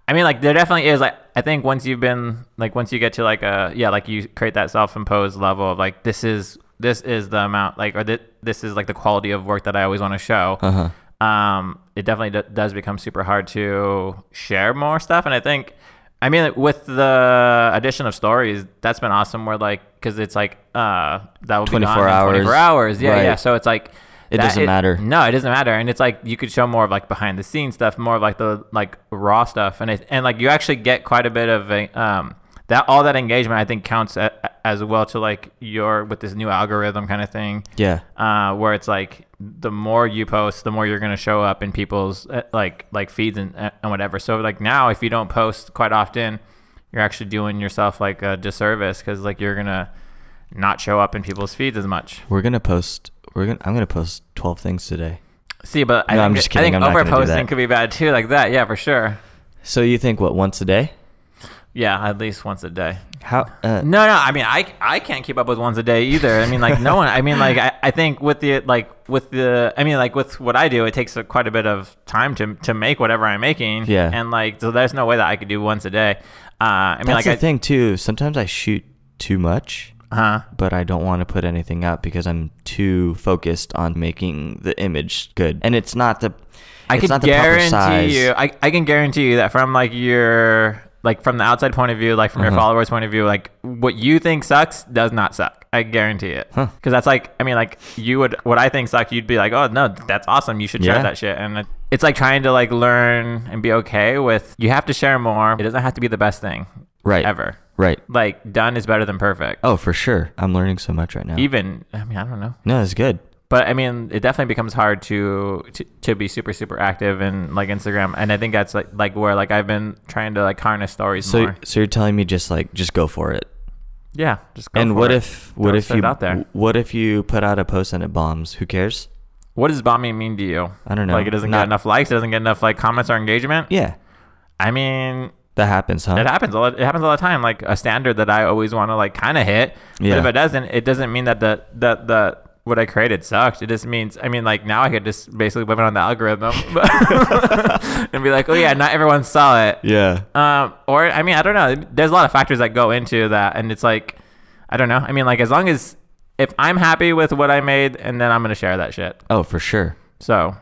I mean, like there definitely is. Like I think once you've been like once you get to like a yeah, like you create that self-imposed level of like this is this is the amount like or this, this is like the quality of work that I always want to show. Uh-huh. Um, it definitely d- does become super hard to share more stuff, and I think. I mean, like, with the addition of stories, that's been awesome. Where like, because it's like, uh, that will be gone in 24 hours. 24 hours, yeah, Right. yeah. So it's like, It doesn't matter. no, it doesn't matter. And it's like you could show more of like behind the scenes stuff, more of like the like raw stuff, and it and like you actually get quite a bit of a, um that all that engagement I think counts a, as well to like your with this new algorithm kind of thing. Yeah. Uh, where it's like the more you post, the more you're gonna show up in people's uh, like like feeds and uh, and whatever. So like now, if you don't post quite often, you're actually doing yourself like a disservice because like you're gonna not show up in people's feeds as much. We're gonna post. We're gonna. I'm gonna post 12 things today. See, but I No, think, I'm just kidding. I I'm think not gonna do overposting that. could be bad too, like that. Yeah, for sure. So you think what once a day? Yeah, at least once a day. How? Uh, No, no. I mean, I I can't keep up with once a day either. I mean, like no one. I mean, like I, I think with the like with the I mean like with what I do, it takes uh, quite a bit of time to to make whatever I'm making. Yeah. And like so, there's no way that I could do once a day. Uh, I mean, That's like the I, thing too. Sometimes I shoot too much, huh? but I don't want to put anything up because I'm too focused on making the image good, and it's not the. I it's can not the proper size. guarantee you. I, I can guarantee you that from like your like from the outside point of view, like from Mm-hmm. your followers' point of view, like what you think sucks does not suck. I guarantee it. Because that's like I mean like you would what I think sucked, you'd be like, oh no, that's awesome. You should share Yeah. that shit. And it, it's like trying to like learn and be okay with. You have to share more. It doesn't have to be the best thing Right. ever. Right. Like done is better than perfect. Oh, for sure. I'm learning so much right now. Even I mean I don't know. no, it's good. but I mean, it definitely becomes hard to, to to be super super active in like Instagram, and I think that's like like where like I've been trying to like harness stories So, more. so you're telling me just like just go for it. Yeah, just go and for what it. if what Don't if set you it out there. what if you put out a post and it bombs? Who cares? What does bombing mean to you? I don't know. Like it doesn't get Not- enough likes, it doesn't get enough like comments or engagement. Yeah, I mean, that happens, huh? it happens a lot. It happens all the time. Like a standard that I always want to like kind of hit. Yeah. But if it doesn't, it doesn't mean that the the the what I created sucked. It just means I mean like now I could just basically blame it on the algorithm and be like, oh yeah, not everyone saw it. yeah. Um, or I mean, I don't know. There's a lot of factors that go into that, and it's like, I don't know. I mean, like as long as if I'm happy with what I made, and then I'm gonna share that shit. Oh, for sure. So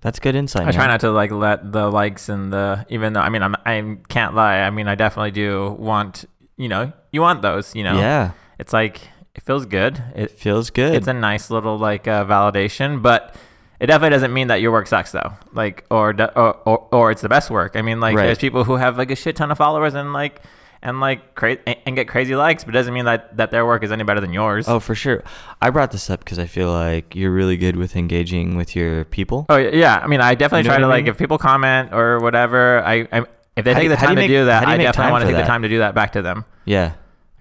That's good insight. I try man. not to like let the likes and the even though I mean I'm I can't lie. I mean I definitely do want you know you want those you know Yeah, It's like it feels good. It feels good. it's a nice little like uh, validation, but it definitely doesn't mean that your work sucks though. Like or d- or, or, or it's the best work. I mean, like Right. there's people who have like a shit ton of followers and like and like cra- and, and get crazy likes, but it doesn't mean that that their work is any better than yours. oh, for sure. I brought this up because I feel like you're really good with engaging with your people. Oh, y- yeah. I mean, I definitely You know try to what I like mean? if people comment or whatever. I, I if they How do take you- the how time do you to make- do that, how do you I make time definitely want for to take that? the time to do that back to them. Yeah,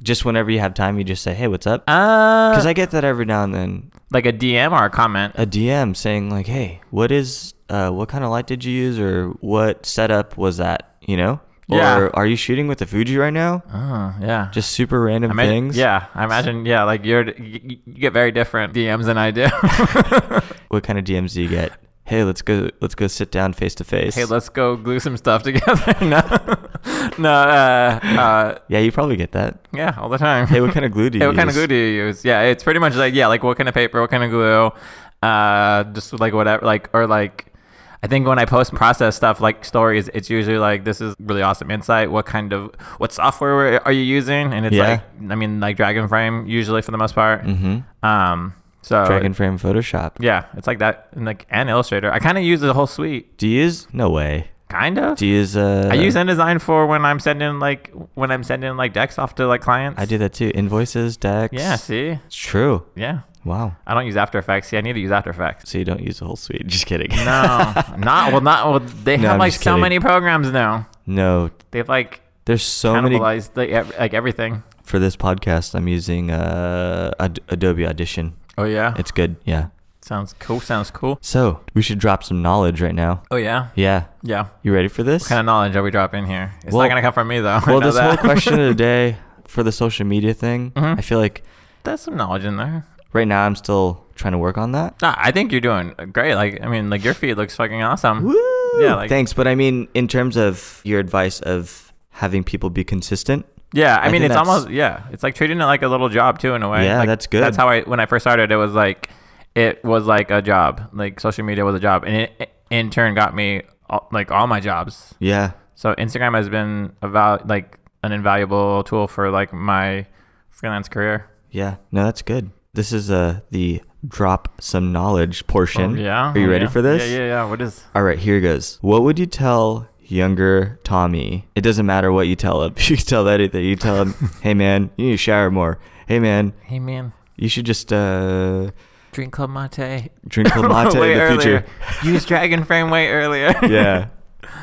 just whenever you have time, you just say, "Hey, what's up?" Uh, Because I get that every now and then, like a DM or a comment. a DM saying like, "Hey, what is uh, what kind of light did you use, or what setup was that?" You know, Yeah. or are you shooting with the Fuji right now? Oh, yeah. Just super random I imagine- things. Yeah, I imagine. Yeah, like you're you, you get very different DMs than I do. What kind of DMs do you get? Hey, let's go. Let's go sit down face to face. hey, let's go glue some stuff together. no, no. Uh, uh, Yeah, you probably get that. yeah, all the time. Hey, what kind of glue do you Hey, what kind of use? glue do you use? Yeah, it's pretty much like yeah, like what kind of paper, what kind of glue, uh, just like whatever, like or like. I think when I post process stuff like stories, it's usually like this is really awesome insight. What kind of what software are you using? And it's Yeah. like I mean like Dragon Frame usually for the most part. Mm-hmm. Um, so Dragon Frame Photoshop. Yeah, it's like that, and like and Illustrator. I kind of use the whole suite, Do you use? No way. kind of. Do you use? Uh, I use InDesign for when I'm sending like when I'm sending like decks off to like clients. I do that too. Invoices, decks. Yeah, see, It's true. yeah. Wow. I don't use After Effects. See, I need to use After Effects. So you don't use the whole suite. Just kidding. No, not well, not well. They No, have I'm like just so kidding. many programs now. no. They've like There's so many cannibalized like, ev- like everything. for this podcast. I'm using uh, Ad- Adobe Audition. Oh yeah, It's good. Yeah. sounds cool. Sounds cool. So we should drop some knowledge right now. Oh yeah, Yeah. yeah. You ready for this? What kind of knowledge are we dropping here? It's Well- not gonna come from me though. I well, know this that. whole question of the day for the social media thing, Mhm. I feel like There's some knowledge in there. right now I'm still trying to work on that. Nah, I think you're doing great. Like, I mean, like your feed looks fucking awesome. Woo! yeah, like Thanks, but I mean, in terms of your advice of having people be consistent, yeah. I, I mean, think it's that's- almost yeah. It's like treating it like a little job too in a way. Yeah, Like, that's good. That's how I when I first started, it was like it was like a job. Like social media was a job, and it- it in turn got me all, like all my jobs. yeah, So Instagram has been a val- like an invaluable tool for like my freelance career. yeah, no, that's good. This is uh the drop some knowledge portion. yeah. Are you Oh, ready yeah. for this? Yeah, yeah, yeah. What is? All right, here goes. What would you tell younger Tommy? It doesn't matter what you tell him. You can tell anything. You tell him, "Hey man, you need to shower more. Hey man, Hey man, you should just uh drink club mate. drink cold mate Way in the earlier. future." Use dragon frame way earlier. yeah. Well-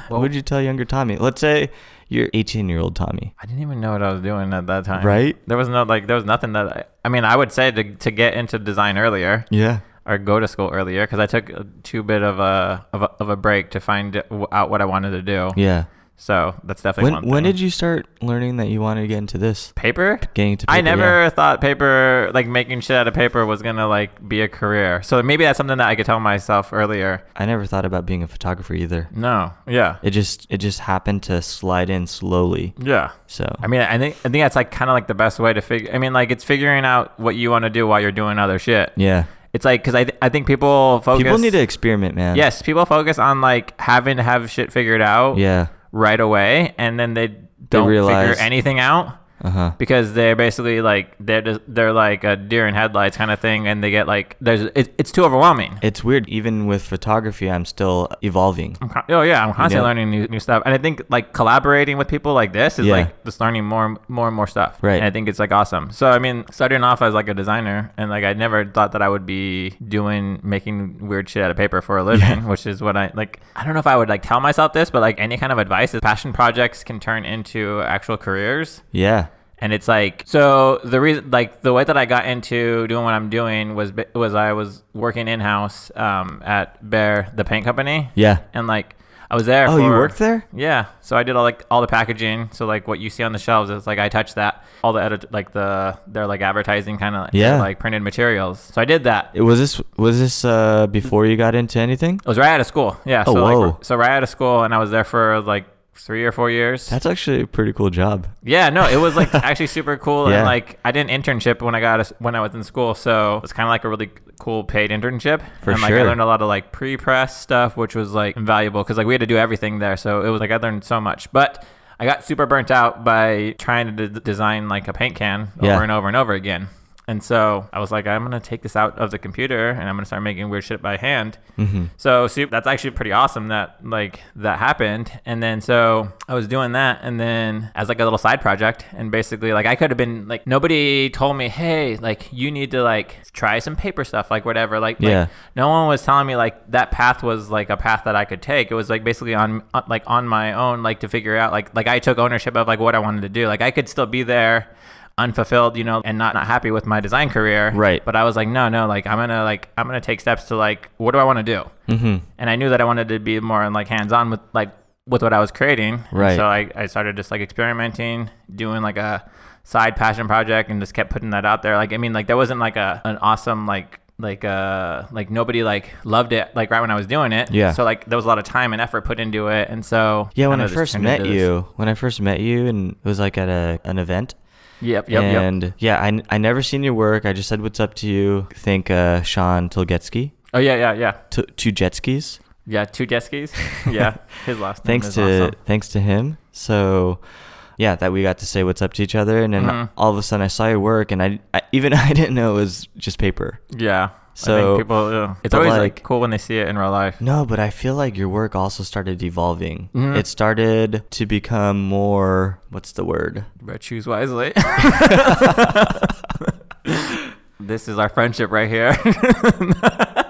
what would you tell younger Tommy? Let's say you're 18 year old Tommy. I didn't even know what I was doing at that time. Right? There was no like there was nothing that I, I mean I would say to, to get into design earlier Yeah. or go to school earlier because I took a two bit of a, of a of a break to find out what I wanted to do. Yeah. So that's definitely When one when thing. did you start learning that you wanted to get into this? paper? Getting into I paper, never yeah. thought paper like making shit out of paper was gonna like be a career. So maybe that's something that I could tell myself earlier. I never thought about being a photographer either. No. Yeah. It just it just happened to slide in slowly. Yeah. So I mean, I think I think that's like kind of like the best way to figure. I mean, like it's figuring out what you want to do while you're doing other shit. yeah, It's like because I, th- I think people focus. people need to experiment, man. Yes, people focus on like having to have shit figured out Yeah. right away, and then they don't realize- figure anything out Uh huh. because they're basically like they're just, they're like a deer in headlights kind of thing, and they get like there's it, it's too overwhelming. It's weird. Even with photography, I'm still evolving. I'm con- Oh yeah, I'm constantly Yeah. learning new, new stuff, and I think like collaborating with people like this is Yeah. like just learning more, and- more and more stuff. Right. And I think it's like awesome. So I mean, starting off as like a designer, and like I never thought that I would be doing making weird shit out of paper for a living, which is what I like. I don't know if I would like tell myself this, but like any kind of advice is passion projects can turn into actual careers. Yeah. And it's like so the reason like the way that I got into doing what I'm doing was ba- was I was working in house um, at Bear the paint company Yeah. and like I was there. Oh, you for- worked there? Yeah, so I did all like all the packaging. So like what you see on the shelves is like I touched that. All the edit like the they're like advertising kind of Yeah. like printed materials. So I did that. It- Was this was this uh before you got into anything? It was right out of school. Yeah. Oh, so whoa. like so right out of school, and I was there for like three or four years. That's actually a pretty cool job. yeah, no, it was like actually super cool, Yeah. and like I did an internship when I got a, when I was in school, so it's kind of like a really cool paid internship. For and like I sure. learned a lot of like pre-press stuff, which was like invaluable because like we had to do everything there, so it was like I learned so much, but. I got super burnt out by trying to d- design like a paint can over Yeah. and over and over again. And so I was like, I'm gonna take this out of the computer and I'm gonna start making weird shit by hand. Mm-hmm. So su- that's actually pretty awesome that like that happened. And then so I was doing that, and then as like a little side project, and basically like I could have been like nobody told me, hey, like you need to like try some paper stuff, like whatever. Like, like, Yeah. no one was telling me like that path was like a path that I could take. It was like basically on on- like on my own, like to figure out like like I took ownership of like what I wanted to do. Like I could still be there unfulfilled, you know, and not not happy with my design career. Right. But I was like, no, no, like I'm gonna like I'm gonna take steps to like what do I want to do? Mm-hmm. And I knew that I wanted to be more like hands on with like with what I was creating. And Right. so I, I started just like experimenting, doing like a side passion project and just kept putting that out there. Like I mean like that wasn't like a an awesome like like uh like nobody like loved it like right when I was doing it. Yeah. So like there was a lot of time and effort put into it and so Yeah, when kinda I just first turned into met this- you, when I first met you, and it was like at a an event. Yep, yep, yep. and yeah, I, I never seen your work. I just said what's up to you. Thank uh, Sean Tilgetsky, Oh yeah, yeah, yeah. T- two jet skis. Yeah, two jet skis. yeah. His last name Thanks is to awesome. thanks to him. So yeah, that we got to say what's up to each other, and then Mhm. all of a sudden I saw your work, and I, I even I didn't know it was just paper. Yeah. I So- think people, yeah. it's but, always like, like- cool when they see it in real life. No, but I feel like your work also started evolving. Mhm. It started to become more what's the word? But choose wisely. this is our friendship right here.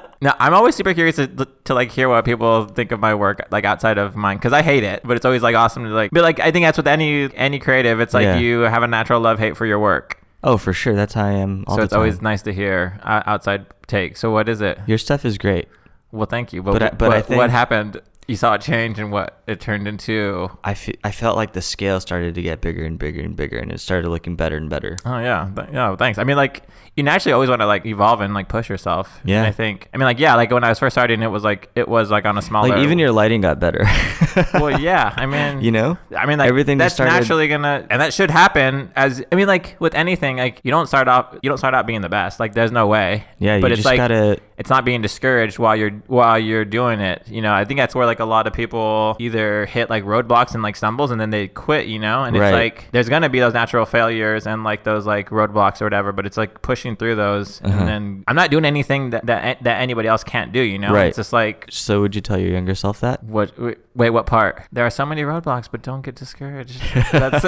now, I'm always super curious to, to like hear what people think of my work, like outside of mine, because I hate it. But it's always like awesome to like. But like, I think that's with any any creative. It's like Yeah. you have a natural love hate for your work, Oh, for sure. That's how I am. All so the it's always time. nice to hear uh, outside take. So what is it? your stuff is great. Well, thank you. But But I- wh- but I what, think- what happened? You saw it change, and what it turned into. I, fe- I felt like the scale started to get bigger and bigger and bigger, and it started looking better and better. Oh yeah, Th- yeah. Thanks. I mean, like you naturally always want to like evolve and like push yourself. Yeah. And I think I mean like yeah, like when I was first starting, it was like it was like on a smaller. Like even your lighting got better. Well, yeah. I mean, you know, I mean, like Everything everything just that's started- naturally gonna, and that should happen. As I mean, like with anything, like you don't start off, you don't start out being the best. Like there's no way. Yeah, you but it's just like gotta- it's not being discouraged while you're while you're doing it. You know, I think that's where like a lot of people either hit like roadblocks and like stumbles, and then they quit. You know, and Right. it's like there's gonna be those natural failures and like those like roadblocks or whatever. But it's like pushing through those, Uh-huh. and then I'm not doing anything that that that anybody else can't do. You know, Right. it's just like so would you tell your younger self that? what? Wait, wait, what part? There are so many roadblocks, but don't get discouraged. That's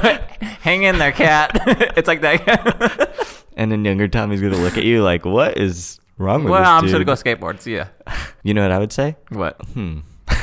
hang in there, cat. it's like that. And then younger Tommy's gonna look at you like, what is wrong with well, this I'm dude? sure to go skateboard. So yeah, You know what I would say? what? Hmm.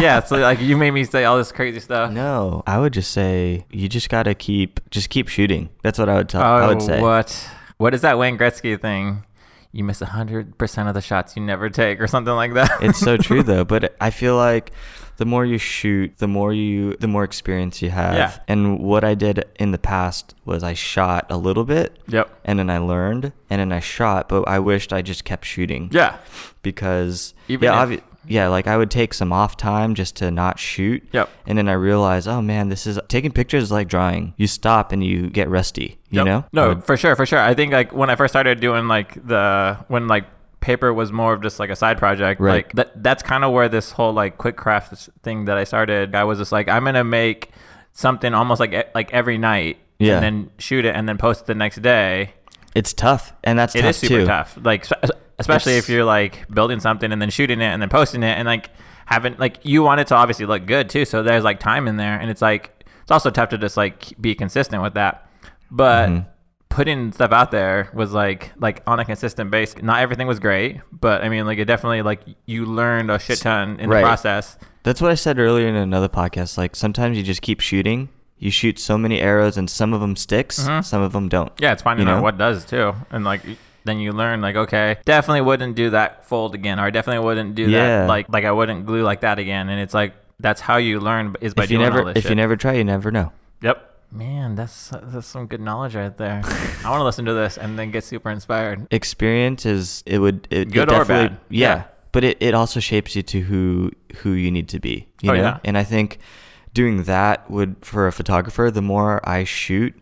yeah, so like you made me say uh, all this crazy stuff. No, I would just say you just gotta keep just keep shooting. That's what I would tell. oh, I would say. what? What is that Wayne Gretzky thing? You miss hundred percent of the shots you never take, or something like that. It's so true though, but I feel like the more you shoot, the more you the more experience you have. Yeah. And what I did in the past was I shot a little bit Yep. and then I learned and then I shot, but I wished I just kept shooting. Yeah. Because Even yeah, if- obvi- yeah, like I would take some off time just to not shoot. Yep. And then I realized, oh man, this is taking pictures is like drawing. You stop and you get rusty, you Yep. know? I No, would- for sure, for sure. I think like when I first started doing like the when like paper was more of just like a side project, Right. like that that's kind of where this whole like quick craft thing that I started. I was just like I'm going to make something almost like e- like every night Yeah. and then shoot it and then post it the next day. It's tough, and that's It tough is super too. tough. Like spe- especially It's- if you're like building something and then shooting it and then posting it and like having like you want it to obviously look good too. So there's like time in there and it's like it's also tough to just like be consistent with that. But Mm-hmm. putting stuff out there was like like on a consistent basis. Not everything was great, but I mean like it definitely like you learned a shit ton in Right. the process. That's what I said earlier in another podcast. Like sometimes you just keep shooting. You shoot so many arrows, and some of them sticks, some of them don't. Uh-huh. Yeah, it's finding You know? out what does too, and like then you learn like okay, definitely wouldn't do that fold again, or I definitely wouldn't do Yeah. that like like I wouldn't glue like that again, and it's like that's how you learn is by If you doing all never, this if shit. you never try, you never know. yep. Man, that's that's some good knowledge right there. I want to listen to this and then get super inspired. Experience is it would it, it Good or definitely- bad. Yeah, Yeah. but it, it also shapes you to who who you need to be. You Oh, know, yeah. and I think doing that would for a photographer. The more I shoot.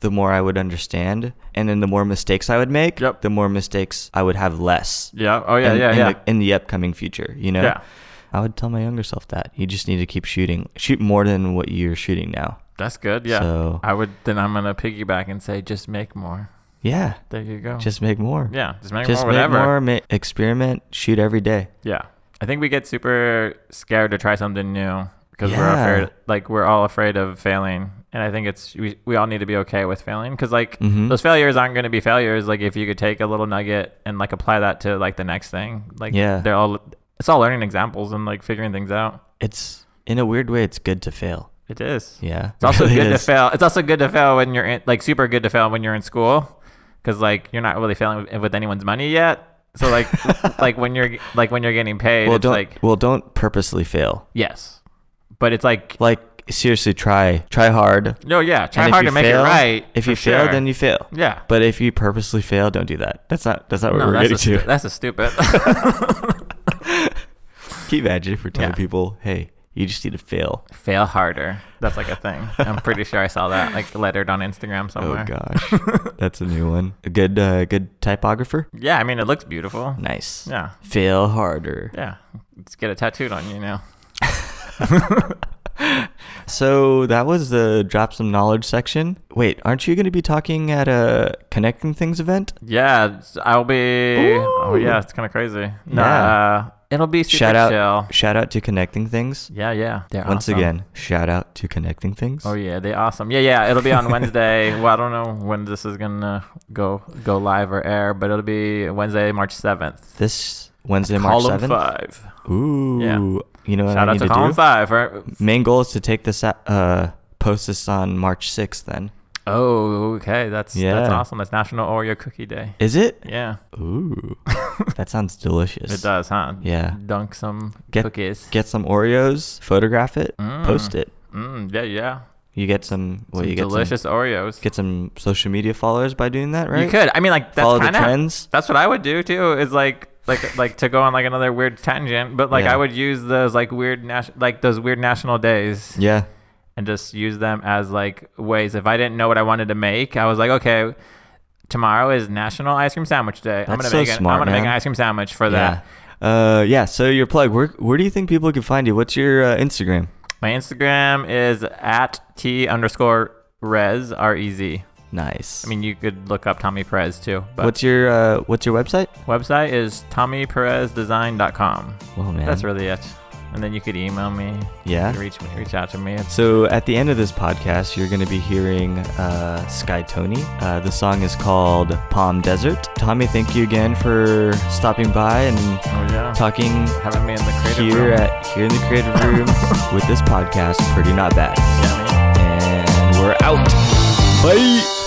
The more I would understand, and then the more mistakes I would make, Yep. the more mistakes I would have less. Yeah. Oh yeah. in, yeah. in Yeah. The, in the upcoming future, you know? Yeah. I would tell my younger self that. You just need to keep shooting. Shoot more than what you're shooting now. that's good. Yeah. So- I would then I'm gonna piggyback and say just make more. Yeah. There you go. Just make more. yeah. Just make Just more. Whatever. make more, ma- experiment, shoot every day. Yeah. I think we get super scared to try something new because Yeah. we're afraid, like we're all afraid of failing. And I think it's we, we all need to be okay with failing because like Mhm. those failures aren't going to be failures. Like if you could take a little nugget and like apply that to like the next thing, like Yeah. they're all it's all learning examples and like figuring things out. It's, in a weird way, it's good to fail. It is. Yeah. It's also It really good is. to fail. It's also good to fail when you're in, like super good to fail when you're in school, because like you're not really failing with, with anyone's money yet. So like like when you're like when you're getting paid, Well it's don't, like well, don't purposely fail. Yes, but it's like Like, seriously, try. Try hard. no, yeah, try And if hard you to make fail- it right. If you for fail, sure. then you fail. yeah. But if you purposely fail, don't do that. That's not, that's not what No, we're that's, ready a to. stu- that's a stupid. Can you imagine if we're telling Yeah. people, hey, you just need to fail? fail harder. That's like a thing. I'm pretty sure I saw that like lettered on Instagram somewhere. Oh gosh, that's a new one. A good, uh, good typographer. Yeah, I mean it looks beautiful. Nice. Yeah, Fail harder. yeah. Let's get it tattooed on you now. So that was the drop some knowledge section. Wait, aren't you going to be talking at a connecting things event? Yeah, it's- I'll be. Oh Ooh. yeah, it's kind of crazy. No, Yeah. uh, it'll be super shout out, chill. shout out to connecting things. Yeah, yeah. They're Once awesome. again, shout out to connecting things. Oh yeah, they awesome. Yeah, yeah. It'll be on Wednesday. well, I don't know when this is gonna go go live or air, but it'll be Wednesday, March seventh. This Wednesday, March Column seventh. five. Ooh, Yeah. you know what Shout I out need to to, Column do. Five. Right? Main goal is to take this out, uh, post this on March sixth. Then Oh, okay. That's that's Yeah. awesome. That's National Oreo Cookie Day. is it? Yeah, Ooh, that sounds delicious. it does, huh? Yeah. Dunk some Get- cookies. Get some Oreos, photograph it, post it. Mm, yeah, yeah. You get some. Well, Some you get delicious Some, Oreos. get some social media followers by doing that, right? You could. I mean, like that's Follow the kind of trends? That's what I would do too. Is like like like to go on like another weird tangent, but like Yeah. I would use those like weird nas- like those weird national days Yeah. and just use them as like ways. If I didn't know what I wanted to make, I was like, okay, tomorrow is National Ice Cream Sandwich Day. I'm That's gonna so make an, smart, I'm gonna make an man. ice cream sandwich for Yeah. that. Uh, yeah. So your plug. Where where do you think people can find you? What's your uh, Instagram? My Instagram is at t underscore res r e z. Nice. I mean, you could look up Tommy Perez too. But what's your uh, what's your website? website is tommyperezdesign.com. Well, Oh, man. That's really it. And then you could email me. Yeah? You could reach me. Reach out to me. It's So at the end of this podcast, you're going to be hearing uh, Sky Tony. Uh, the song is called Palm Desert. Tommy, thank you again for stopping by and oh, yeah. talking having me in the creative here room. at here in the creative room with this podcast. Pretty not bad, Yeah, man. and we're out. Bye.